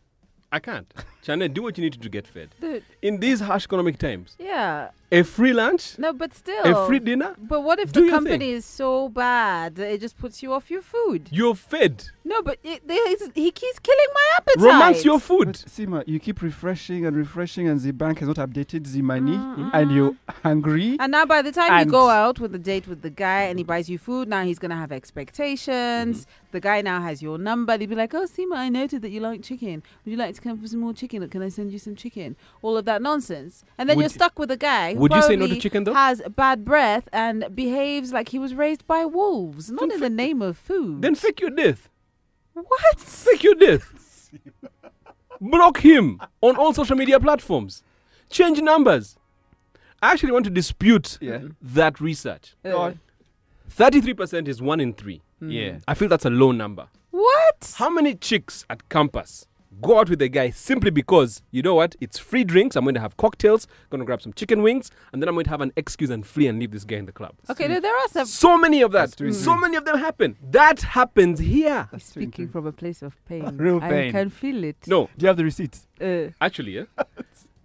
S2: I can't. Chane, do what you need to do to get fed.
S1: Dude,
S2: In these harsh economic times,
S1: yeah.
S2: a free lunch,
S1: No, but still.
S2: a free dinner,
S1: but what if
S2: Do
S1: the
S2: your
S1: company
S2: thing.
S1: is so bad that it just puts you off your food?
S2: you're fed.
S1: No, but it, they, it's, he keeps killing my appetite.
S2: Romance your
S3: But
S2: food.
S3: Sima, you keep refreshing and refreshing, and the bank has not updated the money, and you're hungry.
S1: Mm, And now, by the time
S3: And-
S1: you go out with a date with the guy and he buys you food, now he's gonna have expectations.
S2: Mm-hmm.
S1: The guy now has your number. He'd be like, "Oh, Sima, I noted that you like chicken. Would you like to come for some more chicken? Or can I send you some chicken?" All of that nonsense, and then
S2: Would
S1: you're
S2: you-
S1: stuck with a guy. who
S2: would you say no to
S1: probably
S2: chicken, though?
S1: Has bad breath and behaves like he was raised by wolves, not
S2: Then
S1: in the name of food.
S2: Then fake your death.
S1: what?
S2: Fake your death. Block him on all social media platforms. Change numbers. I actually want to dispute
S3: Yeah.
S2: that research.
S3: God.
S2: 33% is one in three.
S3: Yeah.
S2: I feel that's a low number.
S1: Mm. What?
S2: How many chicks at campus go out with a guy simply because, you know what, it's free drinks, I'm going to have cocktails, going to grab some chicken wings, and then I'm going to have an excuse and flee and leave this guy in the club.
S1: Okay, no, there are some.
S2: So many of that.
S3: That's doing
S2: So
S3: it.
S2: many of them happen. That happens here.
S1: He's speaking from a place of pain.
S3: Real
S1: I
S3: pain.
S1: can feel it.
S2: No,
S3: Do you have the receipt?
S1: Uh,
S2: actually, yeah,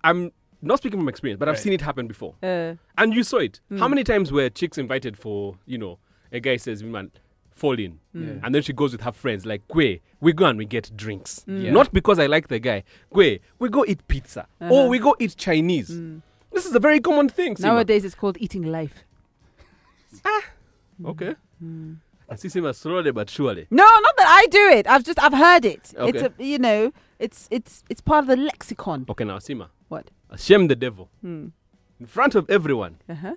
S2: I'm not speaking from experience, but I've seen it happen before.
S1: uh,
S2: And you saw it. How many times were chicks invited for, you know, a guy says, man, fall in.
S3: Mm. Yeah.
S2: And then she goes with her friends, like, Kwe, we go and we get drinks.
S1: Mm.
S3: Yeah.
S2: Not because I like the guy. Kwe, we go eat pizza.
S1: Uh-huh.
S2: Or we go eat Chinese. This is a very common thing. Sima.
S1: Mm. nowadays, it's called eating life.
S2: Okay.
S1: Mm.
S2: I see Sima slowly but surely.
S1: No, not that I do it. I've just I've heard it. It's
S2: Okay.
S1: a, you know, it's it's it's part of the lexicon.
S2: Okay, now, Sima,
S1: What?
S2: shame the devil.
S1: Hmm.
S2: In front of everyone,
S1: Uh-huh.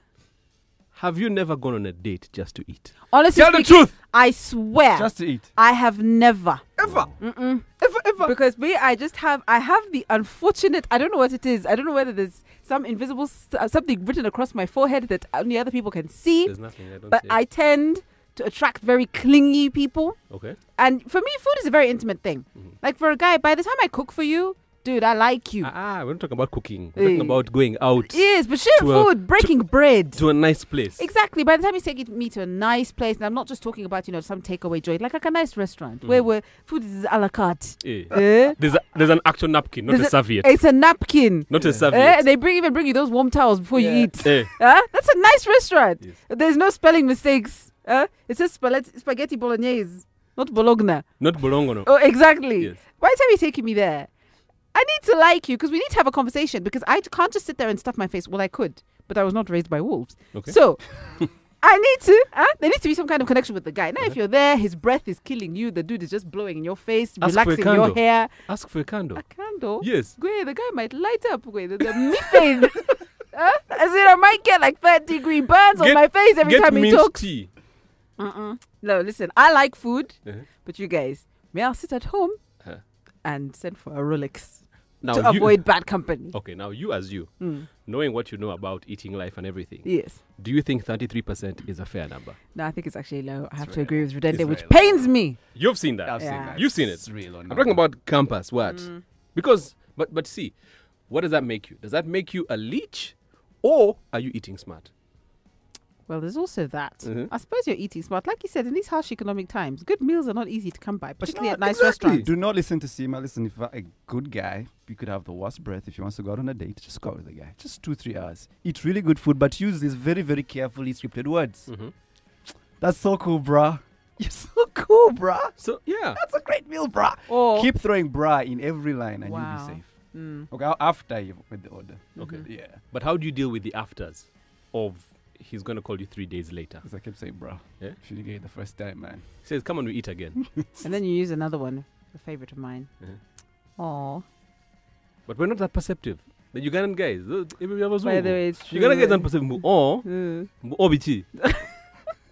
S2: have you never gone on a date just to eat?
S1: Honestly
S2: Tell the
S1: speaking,
S2: truth!
S1: I swear
S3: Just to eat.
S1: I have never.
S10: Ever.
S1: Mm-mm.
S10: Ever, ever.
S1: Because me, I just have, I have the unfortunate, I don't know what it is. I don't know whether there's some invisible, s- uh, something written across my forehead that only other people can see.
S2: There's nothing. I don't
S1: but
S2: see it.
S1: I tend to attract very clingy people.
S2: Okay.
S1: And for me, food is a very intimate thing.
S2: Mhm.
S1: Like for a guy, by the time I cook for you, dude, I like you.
S2: Ah, we're not talking about cooking. We're talking
S1: Eh.
S2: about going out
S1: yes, but sharing
S2: to a-
S1: food, breaking bread.
S2: to a nice place.
S1: Exactly. By the time you take it- me to a nice place, and I'm not just talking about you know some takeaway joint, like like a nice restaurant where
S2: Mhm.
S1: where food is a la carte.
S2: Eh.
S1: Eh?
S2: There's, a, there's an actual napkin, not
S1: There's
S2: a serviette.
S1: It's a napkin.
S2: Not a
S1: Eh?
S2: serviette.
S1: They bring even bring you those warm towels before you
S10: Yeah.
S1: eat.
S2: Eh.
S1: Huh? That's a nice restaurant.
S2: Yes.
S1: There's no spelling mistakes. Huh? It says spaghetti, spaghetti bolognese, not bologna.
S2: Not bolongono.
S1: Oh, exactly.
S2: Yes.
S1: By the time you're taking me there, I need to like you because we need to have a conversation because I can't just sit there and stuff my face. Well, I could, but I was not raised by wolves.
S2: Okay.
S1: So I need to, huh? there needs to be some kind of connection with the guy. Now, if you're there, his breath is killing you, the dude is just blowing in your face,
S2: Ask for a
S1: relaxing your
S2: candle.
S1: hair.
S2: Ask for a candle.
S1: A candle?
S2: Yes.
S1: Gwe, the guy might light up. Gwe, the, the methane. huh? I said, I might get like third degree burns on
S2: Get-
S1: my face every
S2: Get
S1: time he
S2: mint
S1: talks.
S2: tea.
S1: Mm-mm. No, listen, I like food,
S2: Uh-huh.
S1: but you guys, may I sit at home
S2: Uh-huh.
S1: and send for a Rolex
S2: Now
S1: to
S2: Oh, you- Oh.
S1: avoid bad company?
S2: Okay, now you as you,
S1: Mm.
S2: knowing what you know about eating life and everything,
S1: Yes.
S2: do you think 33% is a fair number?
S1: No, I think it's actually low. I have
S3: It's
S1: to
S3: very
S1: agree with Redende,
S3: It's
S1: which
S3: very low.
S1: pains me.
S2: You've seen that.
S3: I've
S1: Yeah.
S3: seen that.
S2: You've seen it.
S3: It's real or
S2: I'm talking about campus. What?
S1: Mm.
S2: Because, but but see, what does that make you? Does that make you a leech, or are you eating smart?
S1: Well, there's also that.
S2: Mhm.
S1: I suppose you're eating smart. Like you said, in these harsh economic times, good meals are not easy to come by, particularly at nice restaurants.
S3: Do not listen to Sima. Listen, if a good guy, you could have the worst breath. If you want to go out on a date, just go out with the guy. Just two, three hours. Eat really good food, but use these very, very carefully scripted words.
S2: Mhm.
S3: That's so cool, bruh. You're so cool, bruh.
S2: So yeah,
S3: That's a great meal, bruh.
S1: Or
S3: Keep throwing bra in every line and
S1: Oh. Wow.
S3: you'll be safe.
S1: Mm.
S3: Okay, a- after you've made the order.
S2: Okay.
S3: Yeah.
S2: but how do you deal with the afters of he's gonna call you three days later?
S3: Because I kept saying, bruh.
S2: Yeah?
S3: If you didn't get it the first time, man.
S2: He says, "Come on, we eat again."
S1: and then you use another one, a favorite of mine.
S2: Mhm.
S1: Oh,
S2: but we're not that perceptive. The Ugandan guys, those- everybody was
S1: by the
S2: wrong.
S1: way, it's true.
S2: Ugandan guys aren't perceptive. Or
S1: Mm.
S2: obichi.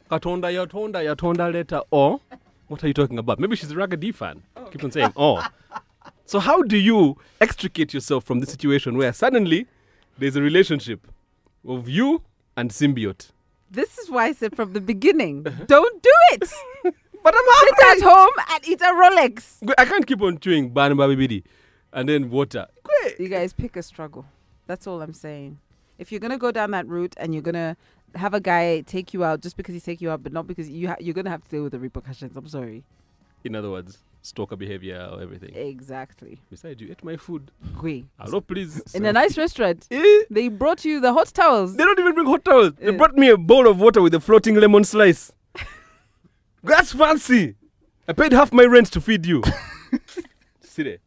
S2: Katonda yatonda yatonda later. Or what are you talking about? Maybe she's a Raga D fan.
S1: Oh.
S2: Keep on saying or. So how do you extricate yourself from this situation where suddenly there's a relationship of you and symbiote?
S1: This is why I said from the beginning, don't do it. but I'm hungry. Sit at home and eat a Rolex.
S2: Gwe- I can't keep on chewing ban babibidi and then water. Gwe,
S1: You guys pick a struggle. That's all I'm saying. If you're gonna go down that route and you're gonna have a guy take you out just because he's taking you out, but not because you ha- you're gonna have to deal with the repercussions. I'm sorry.
S2: In other words, stalker behavior or everything.
S1: Exactly.
S2: Besides, you ate my food.
S1: Gwe.
S2: Hello, please.
S1: In a nice restaurant,
S2: Eh?
S1: they brought you the hot towels.
S2: They don't even bring hot towels. They
S1: Yeah.
S2: brought me a bowl of water with a floating lemon slice. That's fancy. I paid half my rent to feed you. See there.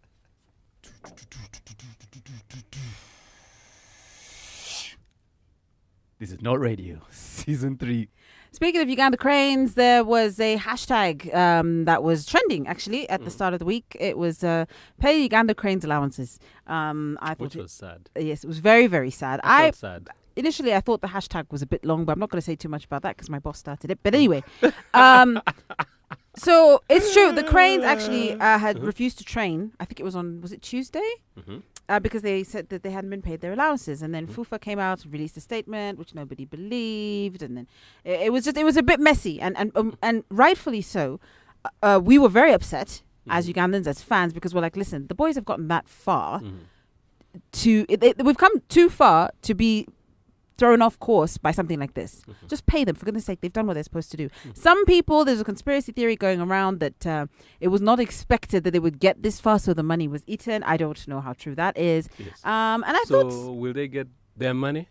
S3: This is not radio. Season three.
S1: Speaking of Uganda cranes, there was a hashtag um, that was trending actually at the
S2: Mm.
S1: start of the week. It was uh, pay Uganda cranes allowances. Um, I thought
S2: Which
S1: it,
S2: was sad.
S1: yes, it was very very sad. I
S2: Felt sad.
S1: initially I thought the hashtag was a bit long, but I'm not going to say too much about that because my boss started it. But anyway, um, so it's true. The cranes actually uh, had refused to train. I think it was on was it Tuesday
S2: Mhm.
S1: uh, because they said that they hadn't been paid their allowances. And then FUFA came out and released a statement which nobody believed. And then it, it was just it was a bit messy and and um, and rightfully so. Uh, we were very upset as Ugandans as fans because we're like, listen, the boys have gotten that far
S2: Mhm.
S1: to it, it, we've come too far to be thrown off course by something like this
S2: Mm-hmm.
S1: just pay them for goodness sake they've done what they're supposed to do some people there's a conspiracy theory going around that uh, it was not expected that they would get this far so the money was eaten i don't know how true that is
S2: Yes.
S1: um, and i
S2: so
S1: thought oh,
S2: will they get their money?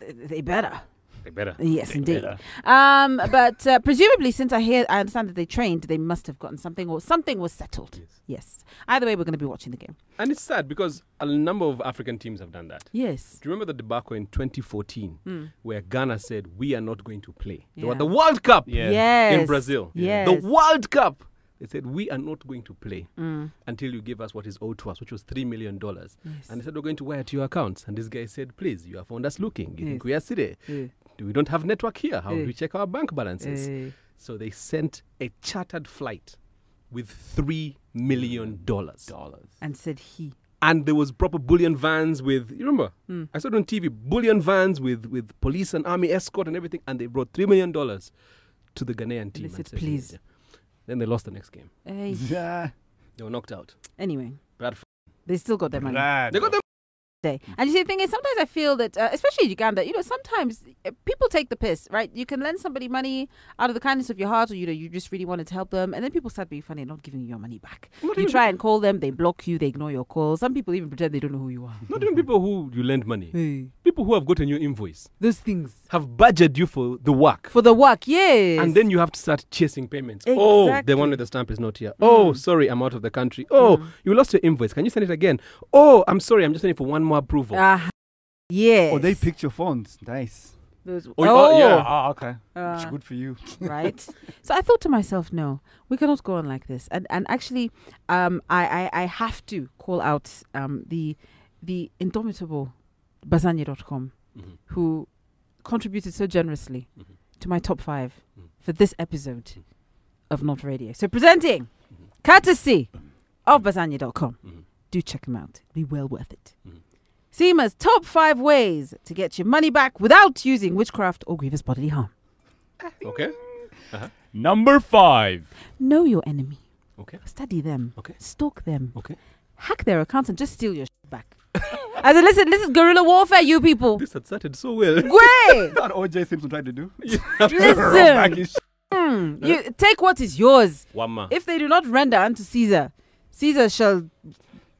S1: th- they better
S2: They better.
S1: yes indeed um, but uh, presumably since i hear i understand that they trained they must have gotten something or something was settled
S2: Yes.
S1: yes either way we're going to be watching the game
S2: And it's sad because a number of African teams have done that.
S1: yes
S2: Do you remember the debacle in 2014
S1: Mm.
S2: where Ghana said, We are not going to play? They were
S1: Yeah.
S2: the World Cup
S1: yes
S2: in Brazil.
S1: yes
S2: The World Cup. They said, We are not going to play
S1: Mm.
S2: until you give us what is owed to us, which was $3 million.
S1: Yes.
S2: And they said, We're going to wire to your accounts. And this guy said, Please, you have found us looking. You think
S1: Yes.
S2: we are city.
S1: Yeah.
S2: We don't have network here. How do
S1: Eh.
S2: we check our bank balances?
S1: Eh.
S2: So they sent a chartered flight with $3 million. dollars.
S1: and said he.
S2: and there was proper bullion vans with you remember
S1: Hmm.
S2: i saw it on tv bullion vans with with police and army escort and everything and they brought three million dollars to the ghanaian team
S1: they said,
S2: "Here you
S1: "Please."
S2: go." then they lost the next game
S1: Hey.
S3: Yeah.
S2: they were knocked out
S1: Anyway,
S2: Brad f-
S1: they still got their money.
S2: they got them
S1: day. And you see, the thing is, sometimes I feel that, uh, especially in Uganda, you know, sometimes uh, people take the piss, right? You can lend somebody money out of the kindness of your heart, or you know, you just really wanted to help them, and then people start being funny and not giving you your money back. you try and call them, they block you, they ignore your call. Some people even pretend they don't know who you are.
S2: not even people who you lend money
S1: Hey,
S2: people who have gotten your invoice
S1: those things
S2: have budgeted you for the work
S1: for the work, yes.
S2: and then you have to start chasing payments. Oh, the one with the stamp is not
S1: Mm.
S2: here. Oh, sorry, I'm out of the country. Oh, you lost your invoice. Can you send it again? Oh, I'm sorry, I'm just waiting for one more approval.
S1: Ah, yes.
S3: Oh, they picked your phones. Nice.
S1: Those, oh,
S3: Oh, okay. Which
S1: uh,
S3: good for you.
S1: right? So I thought to myself, no, we cannot go on like this. And and actually, um, I I, I have to call out um the the indomitable Bazanye.com
S2: Mhm.
S1: who contributed so generously
S2: Mhm.
S1: to my top 5
S2: Mhm.
S1: for this episode of Not Radio. So presenting courtesy of Bazanye.com.
S2: Mhm.
S1: Do check them out; be well worth it.
S2: Mhm.
S1: Seema's top five ways to get your money back without using witchcraft or grievous bodily harm.
S2: Okay.
S11: Number five.
S1: Know your enemy.
S2: Okay.
S1: Study them.
S2: Okay.
S1: Stalk them.
S2: Okay.
S1: Hack their accounts and just steal your shit back. As in, listen, this is guerrilla warfare, you people.
S2: This had started so well.
S1: Great.
S3: That's what OJ Simpson tried to do.
S1: listen. Mm, you take what is yours.
S2: Wama.
S1: If they do not render unto Caesar, Caesar shall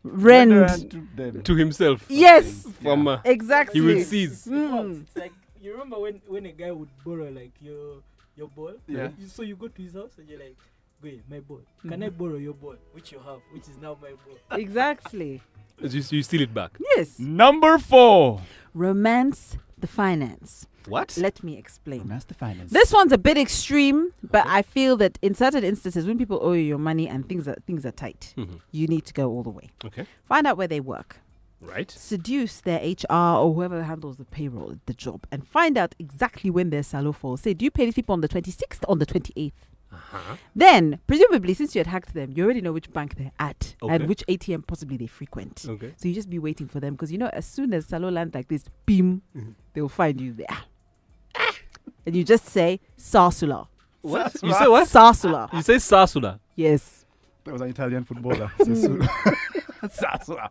S3: Render
S1: rend.
S3: unto them.
S2: to himself.
S1: Yes,
S2: From uh,
S1: exactly.
S2: he will seize.
S1: Mm.
S9: It's like you remember when, when a guy would borrow like your your ball.
S3: Yeah.
S9: You, so you go to his house and you're like, "Wait, my ball. Can
S1: Hmm.
S9: I borrow your ball, which you have, which is now my ball?"
S1: Exactly.
S2: You, you steal it back.
S1: Yes.
S11: Number four.
S1: Romance the finance.
S2: What?
S1: Let me explain.
S3: And that's the finance.
S1: This one's a bit extreme, but I feel that in certain instances, when people owe you your money and things are things are tight,
S2: Mhm.
S1: you need to go all the way.
S2: Okay.
S1: Find out where they work,
S2: Right.
S1: seduce their HR or whoever handles the payroll, at the job, and find out exactly when their salary falls. Say, do you pay these people on the twenty sixth, on the twenty eighth?
S2: Uh-huh.
S1: Then, presumably, since you had hacked them, you already know which bank they're at
S2: Okay.
S1: and which ATM possibly they frequent.
S2: Okay.
S1: So you just be waiting for them because you know as soon as Salo lands like this, beam,
S2: Mm-hmm.
S1: they'll find you there. Ah! And you just say Sarsula.
S2: What? You say what?
S1: Sarsula.
S2: You say Sasula.
S1: Yes.
S3: That was an Italian footballer. Sassuolo. Sassuolo.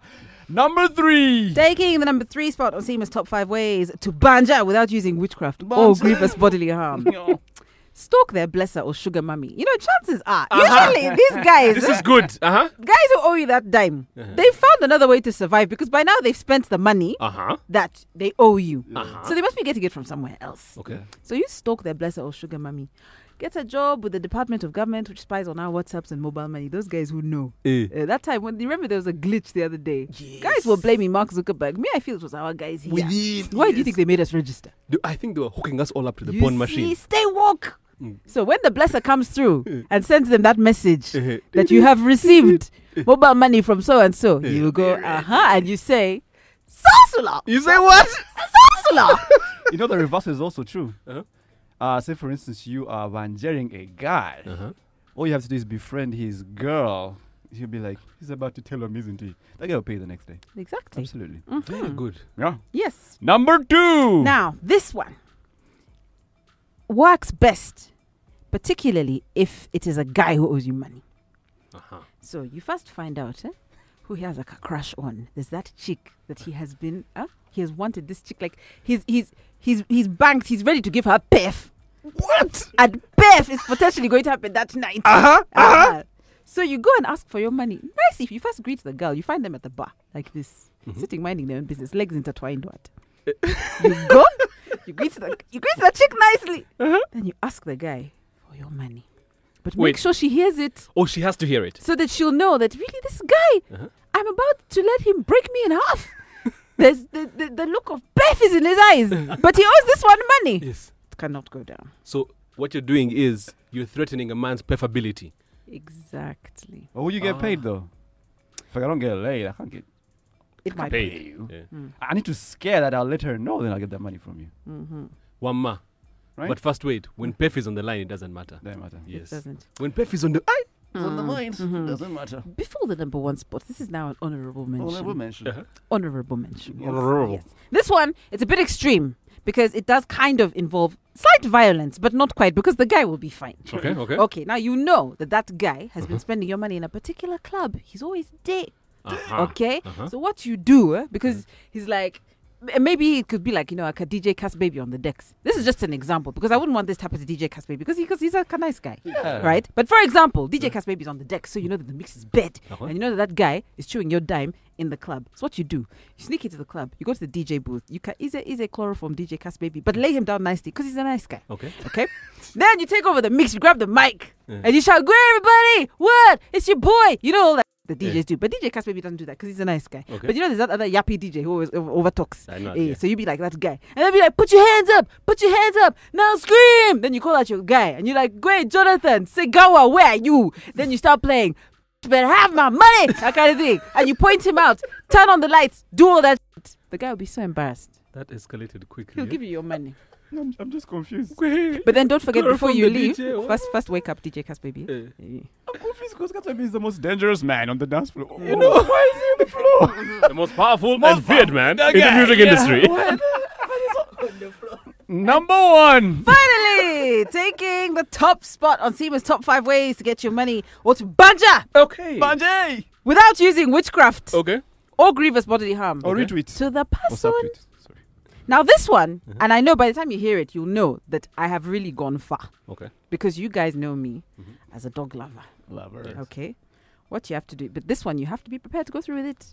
S11: Number three.
S1: Taking the number three spot on Seema's top five ways to banja without using witchcraft or
S3: Banja.
S1: grievous bodily harm. Stalk their blesser or sugar mummy. You know, chances are
S2: Uh-huh.
S1: usually these guys
S2: This is good. Uh huh.
S1: guys who owe you that dime,
S2: Uh-huh.
S1: they found another way to survive because by now they've spent the money
S2: Uh huh.
S1: that they owe you.
S2: Uh huh.
S1: So they must be getting it from somewhere else.
S2: Okay.
S1: So you stalk their blesser or sugar mummy. Get a job with the Department of Government, which spies on our WhatsApps and mobile money. Those guys who know.
S2: Eh.
S1: Uh, that time, when you remember there was a glitch the other day. Guys were blaming Mark Zuckerberg. Me, I feel it was our guys here. Why do you think they made us register?
S2: Do- I think they were hooking us all up to the
S1: you
S2: porn
S1: see,
S2: machine.
S1: stay woke.
S2: Mm.
S1: So when the blesser comes through and sends them that message
S2: Eh.
S1: that you have received mobile money from so and so,
S2: Eh.
S1: you go uh huh, and you say, Sasula,
S2: You say what?
S1: Sasula.
S3: you know, the reverse is also true.
S2: Uh-huh.
S3: Uh, say, for instance, you are banjering a guy.
S2: Uh huh.
S3: All you have to do is befriend his girl. He'll be like, he's about to tell him, isn't he? That guy will pay the next day.
S1: exactly. Mm-hmm.
S3: Absolutely.
S1: Hmm.
S2: Very good.
S3: Yeah.
S1: Yes.
S11: Number two.
S1: Now, this one works best, particularly if it is a guy who owes you money.
S2: Uh huh.
S1: So you first find out eh, who he has like a crush on. There's that chick that he has been, uh, he has wanted this chick. Like he's he's he's he's banked. He's ready to give her pef. What? And pef is potentially going to happen that night. Uh huh. Uh-huh. So you go and ask for your money. Nice if you first greet the girl, you find them at the bar like this, sitting minding their own business, legs intertwined. What? you go, you greet the you greet the chick nicely, then you ask the guy for your money, but
S2: Wait.
S1: make sure she hears it
S2: Oh, she has to hear it.
S1: so that she'll know that really this guy,
S2: Uh-huh.
S1: I'm about to let him break me in half. There's the, the, the look of death is in his eyes, but he owes this one money.
S2: Yes.
S1: It cannot go down.
S2: So what you're doing is you're threatening a man's perfability.
S1: Exactly.
S3: But will Oh, you get paid though? If I don't get laid, I can't get
S1: It might be.
S2: Paid.
S3: you.
S2: Yeah.
S1: Hmm.
S3: I need to scare that I'll let her know, then I'll get that money from you.
S1: Mm-hmm.
S2: One ma.
S3: Right?
S2: But first, wait. When Pef is on the line, it doesn't matter.
S3: Doesn't matter.
S2: Yes.
S1: Doesn't.
S2: When Pef is on the. I,
S3: is on the
S1: Hmm.
S3: mind.
S1: Mhm.
S3: Doesn't matter.
S1: Before the number one spot, this is now an honorable mention.
S3: Honorable mention. Uh-huh.
S1: Honorable mention.
S3: Yes. Honorable.
S1: Yes. This one, it's a bit extreme because it does kind of involve slight violence, but not quite because the guy will be fine.
S2: Okay, okay.
S1: Okay, now you know that that guy has been spending your money in a particular club. He's always there.
S2: Uh-huh,
S1: Okay?
S2: uh-huh.
S1: So what you do, eh, because he's like, m- maybe it could be like, you know, like a DJ Cast Baby on the decks. This is just an example because I wouldn't want this to happen to DJ Cast Baby because he, 'cause he's a k- nice guy.
S3: Uh-huh.
S2: Yeah.
S1: Right? But for example, DJ Cast Baby is on the deck, so you know that the mix is bad.
S2: Uh-huh.
S1: And you know that that guy is chewing your dime in the club. So what you do, you sneak into the club, you go to the DJ booth, you can, he's a, he's a chloroform DJ Cast Baby, but lay him down nicely because he's a nice guy.
S2: Uh-huh. Okay.
S1: Okay. then you take over the mix, you grab the mic,
S2: Yeah.
S1: and you shout, Good everybody, what? It's your boy. You know all that the
S2: Yeah.
S1: DJs do. But DJ Cast Baby doesn't do that because he's a nice guy.
S2: Okay.
S1: But you know there's that other yappy DJ who always over, over talks.
S2: I know,
S1: Eh,
S2: yeah.
S1: So you be like that guy. And they'll be like, Put your hands up, put your hands up, now scream. Then you call out your guy and you're like, Great, Jonathan, Segawa, where are you? Then you start playing. Better have my money, that kind of thing. And you point him out, turn on the lights, do all that. shit. The guy will be so embarrassed.
S2: That escalated quickly.
S1: He'll give you your money.
S3: I'm, I'm just confused.
S2: you.
S1: But then don't forget before
S2: Chloroform
S1: you
S2: the
S1: leave,
S2: DJ, what?
S1: first first wake up DJ Cast Baby.
S2: Eh.
S1: Eh.
S3: I'm confused because Katabi is the most dangerous man on the dance floor.
S2: You know,
S3: why is he on the floor?
S2: the most powerful and feared man in the
S11: Okay,
S2: music
S11: yeah.
S2: industry.
S11: Number one.
S1: Finally, taking the top spot on SEMA's top five ways to get your money or to banja
S2: Okay. Oh.
S3: Banjay!
S1: without using witchcraft
S2: Okay.
S1: or grievous bodily harm
S2: Oh.
S3: Or Oh, retweet.
S1: to the
S3: Or
S1: person.
S3: subtweet. Sorry.
S1: Now, this one, and I know by the time you hear it, you'll know that I have really gone far
S2: Okay.
S1: because you guys know me as a dog lover.
S3: Lover.
S1: Okay? What you have to do, but this one, you have to be prepared to go through with it.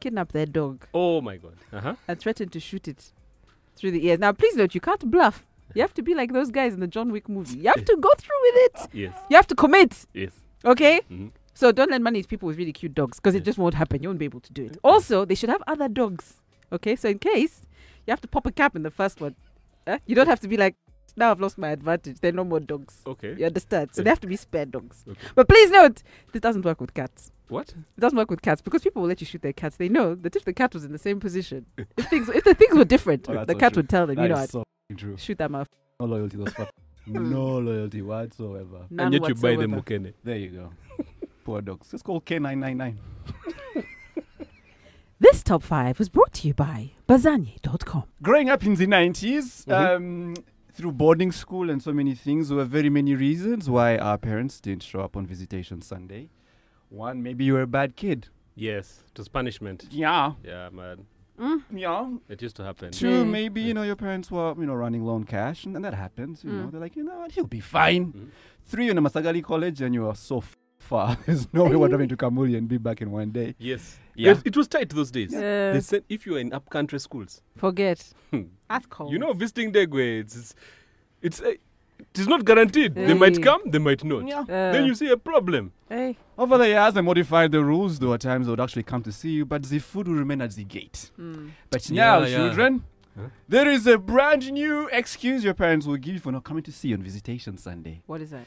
S1: Kidnap their dog
S2: Oh my god. Uh huh.
S1: and threaten to shoot it through the ears. Now, please note, you can't bluff. You have to be like those guys in the John Wick movie. You have to go through with it.
S2: Yes.
S1: You have to commit.
S2: Yes.
S1: Okay?
S2: Mhm.
S1: So don't lend money to people with really cute dogs because
S2: Yeah.
S1: it just won't happen. You won't be able to do it. Also, they should have other dogs. Okay? So in case you have to pop a cap in the first one, eh, you don't have to be like, now I've lost my advantage. There are no more dogs.
S2: Okay.
S1: You understand? So
S2: Yeah.
S1: they have to be spare dogs.
S2: Okay.
S1: But please note, this doesn't work with cats.
S2: What?
S1: It doesn't work with cats because people will let you shoot their cats. They know that if the cat was in the same position, if things if the things were different,
S3: Oh, that's
S1: the
S3: so
S1: cat
S3: true.
S1: would tell them, you
S3: That
S1: know
S3: is
S1: what?
S3: so f***ing true.
S1: Shoot that mouth.
S3: No loyalty, those fuck. no loyalty whatsoever.
S1: None
S2: and yet you buy them
S1: whatsoever.
S2: mukene.
S3: There you go. Poor dogs. Let's call K999.
S1: This top five was brought to you by Bazanye.com.
S3: growing up in the 90s
S2: Mhm.
S3: um, through boarding school and so many things there were very many reasons why our parents didn't show up on visitation sunday one maybe you were a bad kid
S2: Yes. It was punishment.
S3: yeah
S2: Yeah, man.
S3: yeah
S2: It used to happen.
S3: two
S1: Yeah.
S3: maybe you
S2: Yeah.
S3: know your parents were you know running low on cash and, and that happens you know
S1: Mm.
S3: they're like you know what he'll be fine
S2: Mhm.
S3: three you're in a masagali college and you are so f- far there's no way we're driving to kamuli and be back in one day
S2: Yes.
S3: Yeah.
S2: It, it was tight those days.
S1: Yeah.
S2: They said if you were in upcountry schools,
S1: Uh, Forget.
S2: Hmm.
S1: That's cold.
S2: you know, visiting Degwe, it's it's it's, uh, it is not guaranteed. They might
S1: Hey.
S2: come, they might not.
S3: yeah
S2: Then you see a problem.
S1: Uh, Hey.
S3: over the years they modified the rules though at times they would actually come to see you but the food will remain at the gate
S2: Hmm.
S1: hmm,
S3: But
S2: Yeah,
S3: now,
S2: yeah.
S3: children,
S2: Huh?
S3: there is a brand new excuse your parents will give you for not coming to see you on visitation Sunday.
S1: What is that?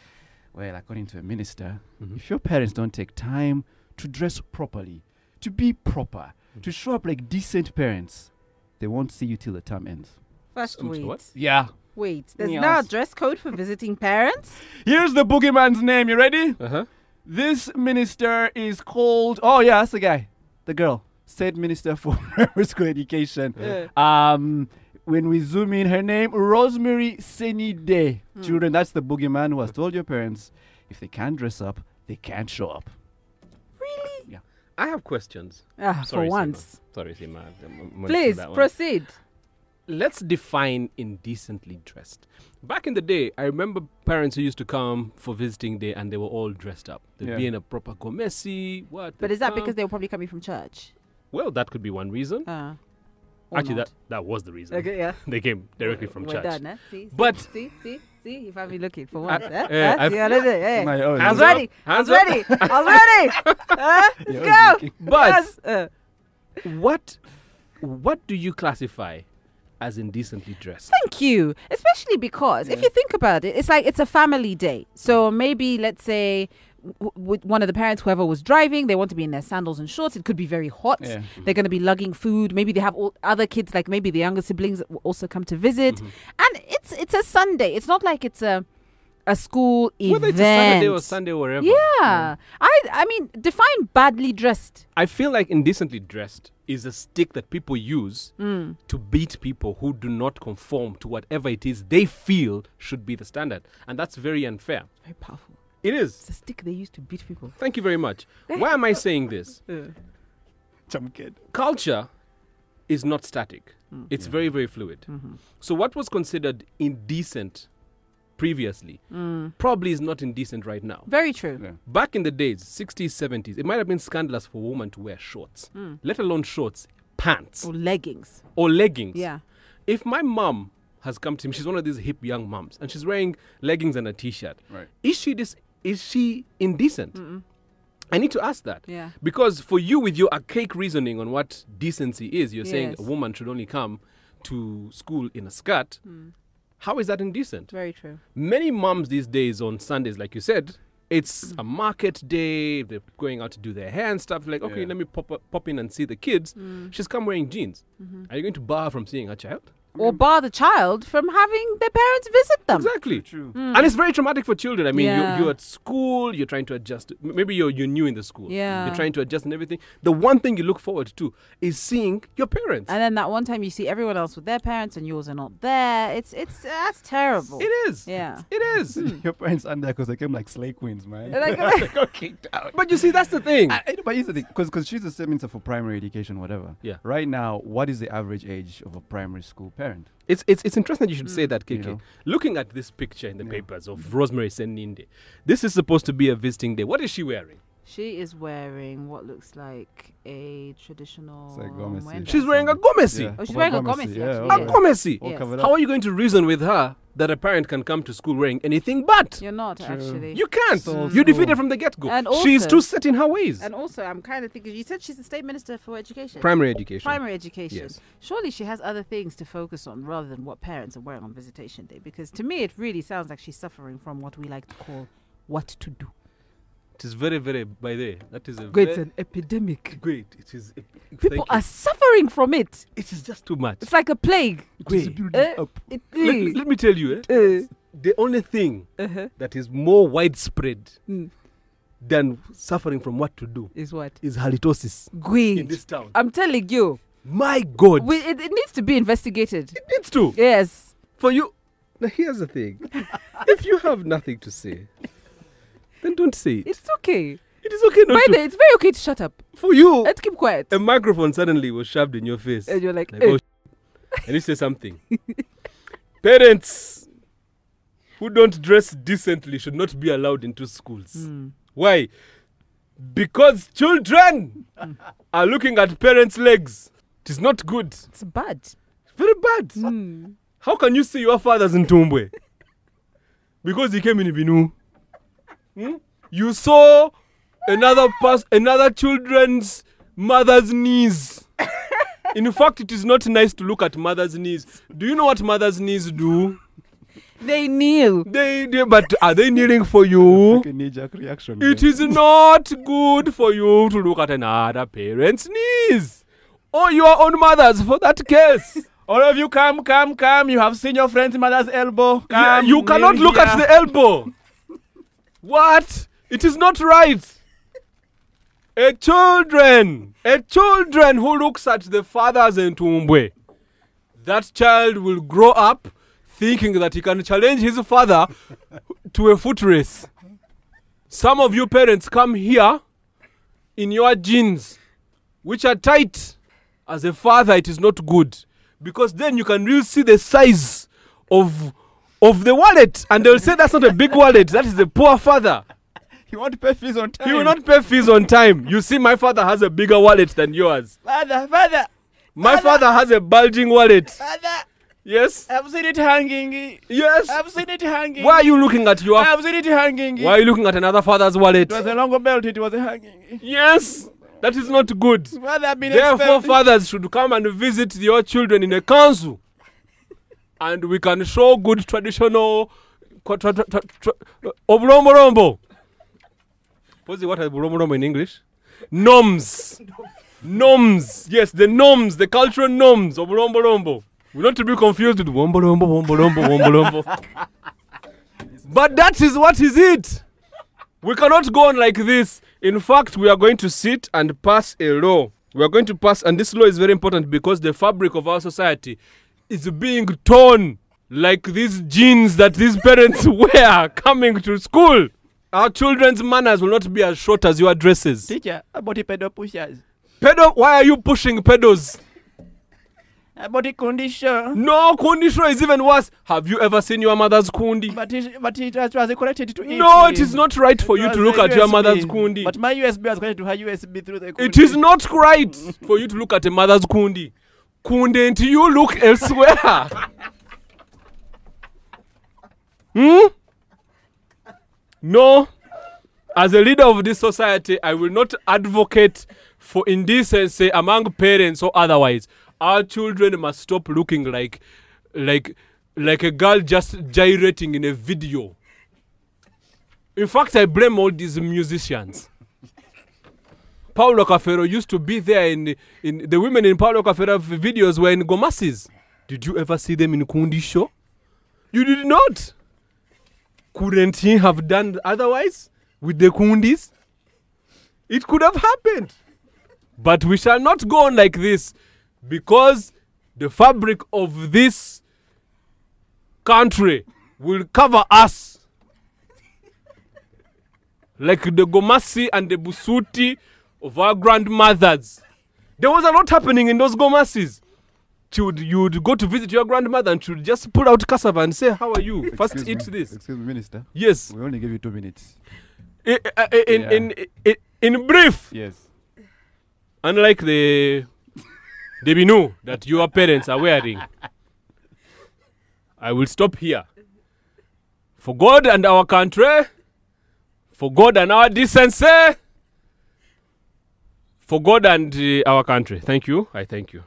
S3: Well, according to a minister,
S2: Mhm.
S3: if your parents don't take time to dress properly, to be proper, to show up like decent parents, they won't see you till the term ends.
S1: First,
S2: Um, so
S1: wait.
S2: what?
S3: Yeah.
S1: Wait. There's
S3: Yes.
S1: now a dress code for visiting parents?
S3: Here's the boogeyman's name. You ready?
S2: Uh huh.
S3: This minister is called. Oh, yeah, that's the guy. The girl. Said minister for primary school education. Um, when we zoom in, her name Rosemary Senide. Children, that's the boogeyman who has told your parents if they can't dress up, they can't show up.
S2: I have questions.
S1: Ah,
S2: Sorry,
S1: for once.
S2: Sima. Sorry, Sima. I'm- I'm- I'm gonna say
S1: Please
S2: that one.
S1: proceed.
S2: Let's define indecently dressed. Back in the day, I remember parents who used to come for visiting day and they were all dressed up. They'd
S3: Yeah.
S2: be in a proper gomesi. What?
S1: But
S2: the
S1: is that
S2: tongue.
S1: because they were probably coming from church?
S2: Well, that could be one reason.
S1: Uh, or
S2: Actually,
S1: not?
S2: that, that was the reason.
S1: Okay, yeah.
S2: They came directly from
S1: We're
S2: church.
S1: done, eh? See, see,
S2: But-
S1: see, see, see, you finally looking for once. eh?
S2: eh,
S1: Eh?
S2: I've-
S1: See, I did it, eh?
S3: My own.
S1: I was
S2: Hands up,
S1: ready. I
S2: hands
S1: was
S2: up.
S1: ready. I was ready. Eh? Let's
S3: Yeah, I was
S1: go.
S3: looking.
S2: But-
S1: Yes, eh.
S2: what what do you classify as indecently dressed?
S1: Thank you. Especially because if you think about it, it's like it's a family day. So maybe let's say w- with one of the parents, whoever was driving, they want to be in their sandals and shorts. It could be very hot.
S3: Yeah.
S1: They're going to be lugging food. Maybe they have all other kids, like maybe the younger siblings, that will also come to visit. And it's it's a Sunday. It's not like it's a a school event.
S2: Whether it's a Saturday or Sunday or wherever.
S1: Yeah. I I mean, define badly dressed.
S2: I feel like indecently dressed is a stick that people use
S1: Mm.
S2: to beat people who do not conform to whatever it is they feel should be the standard. And that's very unfair.
S1: Very powerful.
S2: It is.
S1: It's a stick they use to beat people.
S2: Thank you very much. Why am I saying this? Culture is not static,
S1: Hmm.
S2: it's very, very fluid.
S1: Mm-hmm.
S2: So, what was considered indecent previously
S1: Mm.
S2: probably is not indecent right now.
S1: Very true.
S2: Back in the days, 60s, 70s, it might have been scandalous for a woman to wear shorts,
S1: Mm.
S2: let alone shorts, pants,
S1: Or leggings.
S2: or leggings.
S1: Yeah.
S2: If my mum has come to me, she's one of these hip young mums, and she's wearing leggings and a t shirt,
S3: Right.
S2: is she dis- is she indecent? I need to ask that.
S1: Yeah.
S2: Because for you, with your archaic reasoning on what decency is, you're saying
S1: Yes.
S2: a woman should only come to school in a skirt. How is that indecent?
S1: Very true.
S2: Many moms these days on Sundays, like you said, it's a market day. They're going out to do their hair and stuff. Like, okay,
S3: Yeah.
S2: let me pop, up, pop in and see the kids. She's come wearing jeans. Are you going to bar her from seeing her child?
S1: Or bar the child from having their parents visit them.
S2: Mm. Exactly.
S3: True.
S2: And it's very traumatic for children. I mean,
S1: Hmm. Yeah.
S2: you, you're at school, you're trying to adjust. M- Maybe you're, you're new in the school.
S1: Yeah.
S2: You're trying to adjust and everything. The one thing you look forward to is seeing your parents.
S1: And then that one time you see everyone else with their parents and yours are not there. It's it's uh, that's terrible.
S2: it is.
S1: Yeah. Hmm.
S2: It is.
S3: Your parents under because they came like slay queens, man.
S1: Like-
S3: got kicked out.
S2: But you see, that's the thing.
S3: I- I- but here's the thing, because she's the same minister for primary education, whatever.
S2: Yeah.
S3: Right now, what is the average age of a primary school parent?
S2: It's, it's, it's interesting you should
S1: Hmm.
S2: say that,
S3: You
S2: KK.
S3: know.
S2: Looking at this picture in the papers of Rosemary Seninde, this is supposed to be a visiting day. What is she wearing?
S1: She is wearing what looks like a traditional.
S3: like Gomesi.
S1: Mwenda.
S2: She's wearing a gomesi.
S3: Yeah.
S1: Oh, she's
S3: Oba
S1: wearing a
S3: Gomesi,
S1: Gomesi, actually,
S3: yeah,
S2: A
S3: Oba-
S1: yeah.
S2: gomesi.
S3: all
S1: Yes.
S3: covered
S2: How
S3: up.
S2: are you going to reason with her that a parent can come to school wearing anything but?
S1: You're not actually.
S2: You can't.
S3: So
S2: you defeat her
S3: slow.
S2: from the get go.
S1: And
S2: She's
S1: also-
S2: too set in her ways.
S1: and also, I'm kind of thinking. You said she's the state minister for education.
S2: Primary education.
S1: Primary education.
S2: Yes.
S1: Surely she has other things to focus on rather than what parents are wearing on visitation day. Because to me, it really sounds like she's suffering from what we like to call what to do.
S2: It is very, very, by the way, that is a
S1: It's
S2: ve-
S1: an epidemic.
S2: great. It is. It,
S1: People are suffering from it.
S2: It is just too much.
S1: It's like a plague.
S2: Great.
S1: Eh, it
S2: Let,
S1: is.
S2: let me tell you, eh,
S1: Eh,
S2: the only thing
S1: uh-huh.
S2: that is more widespread
S1: Mm.
S2: than suffering from what to do
S1: Is what?
S2: is halitosis in
S1: Greed.
S2: this town.
S1: I'm telling you,
S2: My God,
S1: we, it, it needs to be investigated.
S2: it needs to.
S1: Yes.
S2: For you, now here's the thing: if you have nothing to say, then don't say it.
S1: It's okay.
S2: It is okay not
S1: By
S2: to.
S1: the it's very okay to shut up
S2: for you,
S1: and keep quiet.
S2: a microphone suddenly was shoved in your face.
S1: and you're like, "Eh,
S2: Like, oh, sh- and you say something. Parents who don't dress decently should not be allowed into schools.
S1: Hmm.
S2: Why? Because children
S1: Hmm.
S2: are looking at parents' legs. It is not good.
S1: it's bad. Hmm.
S2: Very bad. How can you see your father's in Tumbwe? because he came in Ibinu. Hmm? You saw another pers- another children's mother's knees. in fact, it is not nice to look at mother's knees. Do you know what mother's knees do?
S1: They kneel.
S2: They, they but are they kneeling for you?
S3: Like a knee-jerk reaction.
S2: It
S3: man.
S2: is not good for you to look at another parent's knees. Or your own mother's for that case.
S3: All of you, come, come, come. You have seen your friend's mother's elbow. Come,
S2: Yeah, you cannot look at the elbow. what? It is not right. A children, a children who looks at the fathers in Tumbwe, that child will grow up thinking that he can challenge his father to a foot race. Some of you parents come here in your jeans, which are tight. As a father, it is not good because then you can really see the size of of the wallet, and they'll say that's not a big wallet. That is a poor father.
S3: You want to pay fees on time.
S2: He will not pay fees on time. You see, my father has a bigger wallet than yours.
S3: Father, father,
S2: My father has a bulging wallet.
S3: father.
S2: Yes,
S3: I've seen it hanging.
S2: yes.
S3: I've seen it hanging.
S2: Why are you looking at your?
S3: I've seen it hanging.
S2: Why are you looking at another father's wallet?
S3: It was a long belt. It was hanging.
S2: Yes, that is not good.
S3: Father, I've been
S2: Therefore,
S3: expecting-
S2: fathers should come and visit your children in a council, and we can show good traditional qua- tra- tra- tra- tra- oblomorombo. What's the what is oblomorombo in English? Norms, norms. Yes, the norms, the cultural norms of oblomorombo. We not to be confused with wombolombo, wombolombo, wombolombo. But that is what is it. We cannot go on like this. In fact, we are going to sit and pass a law. We are going to pass, and this law is very important because the fabric of our society is being torn like these jeans that these parents wear coming to school. Our children's manners will not be as short as your dresses.
S3: Teacher, about the pedo pushers.
S2: Pedo, why are you pushing pedos?
S3: About the condition.
S2: No, kundisho is even worse. Have you ever seen your mother's kundi?
S3: But it, but it was was connected to it.
S2: No, it is not right for you
S3: was
S2: to look
S3: a
S2: at your mother's
S3: USB.
S2: kundi.
S3: But my USB was connected to her USB through the kundi.
S2: It is not right for you to look at a mother's kundi. Couldn't you look elsewhere? hmm? No. As a leader of this society, I will not advocate for indecency among parents or otherwise. Our children must stop looking like like like a girl just gyrating in a video. In fact, I blame all these musicians. Paulo Cafero used to be there in in the women in Paulo Cafero v- videos were in Gomasis. Did you ever see them in Kundi show? You did not. Couldn't he have done otherwise with the Kundis? It could have happened. But we shall not go on like this because the fabric of this country will cover us like the Gomasi and the Busuti of our grandmothers. There was a lot happening in those Gomasis. She would, you would go to visit your grandmother and she would just pull out cassava and say, How are you? First,
S3: Excuse
S2: eat
S3: me.
S2: this.
S3: Excuse me, Minister.
S2: Yes.
S3: We only give you two minutes.
S2: I- I- I- In,
S3: Yeah.
S2: in, in, in brief,
S3: Yes.
S2: unlike the debinu that your parents are wearing, I will stop here. For God and our country, for God and our decency, for God and uh, our country. Thank you. I thank you.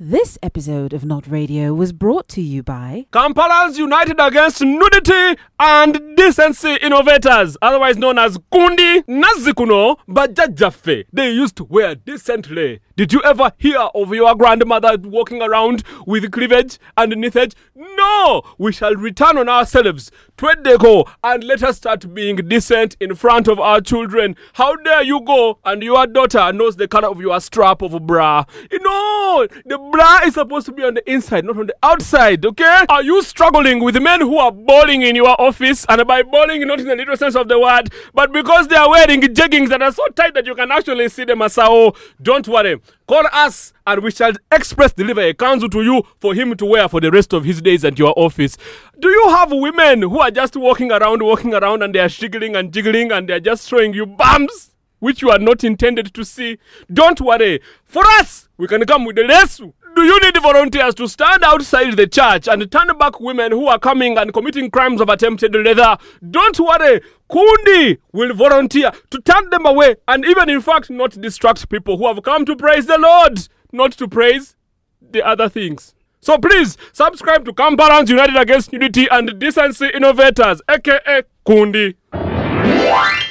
S1: This episode of Not Radio was brought to you by
S2: Kampalans united against nudity and decency innovators, otherwise known as Kundi Nazikuno Bajajafe. They used to wear decently. Did you ever hear of your grandmother walking around with cleavage and knithage? No! We shall return on ourselves. Twedeko and let us start being decent in front of our children. How dare you go and your daughter knows the color of your strap of bra? No! The bra is supposed to be on the inside, not on the outside, okay? Are you struggling with men who are bowling in your office? And by bowling, not in the literal sense of the word, but because they are wearing jeggings that are so tight that you can actually see them as sao. Don't worry. Call us and we shall express deliver a counsel to you for him to wear for the rest of his days at your office. Do you have women who are just walking around, walking around, and they are shiggling and jiggling and they are just showing you bums? which you are not intended to see. Don't worry. For us, we can come with the less. Do you need volunteers to stand outside the church and turn back women who are coming and committing crimes of attempted leather? Don't worry. Kundi will volunteer to turn them away and even, in fact, not distract people who have come to praise the Lord, not to praise the other things. So please subscribe to Kampalans United Against Nudity and Decency Innovators, aka Kundi.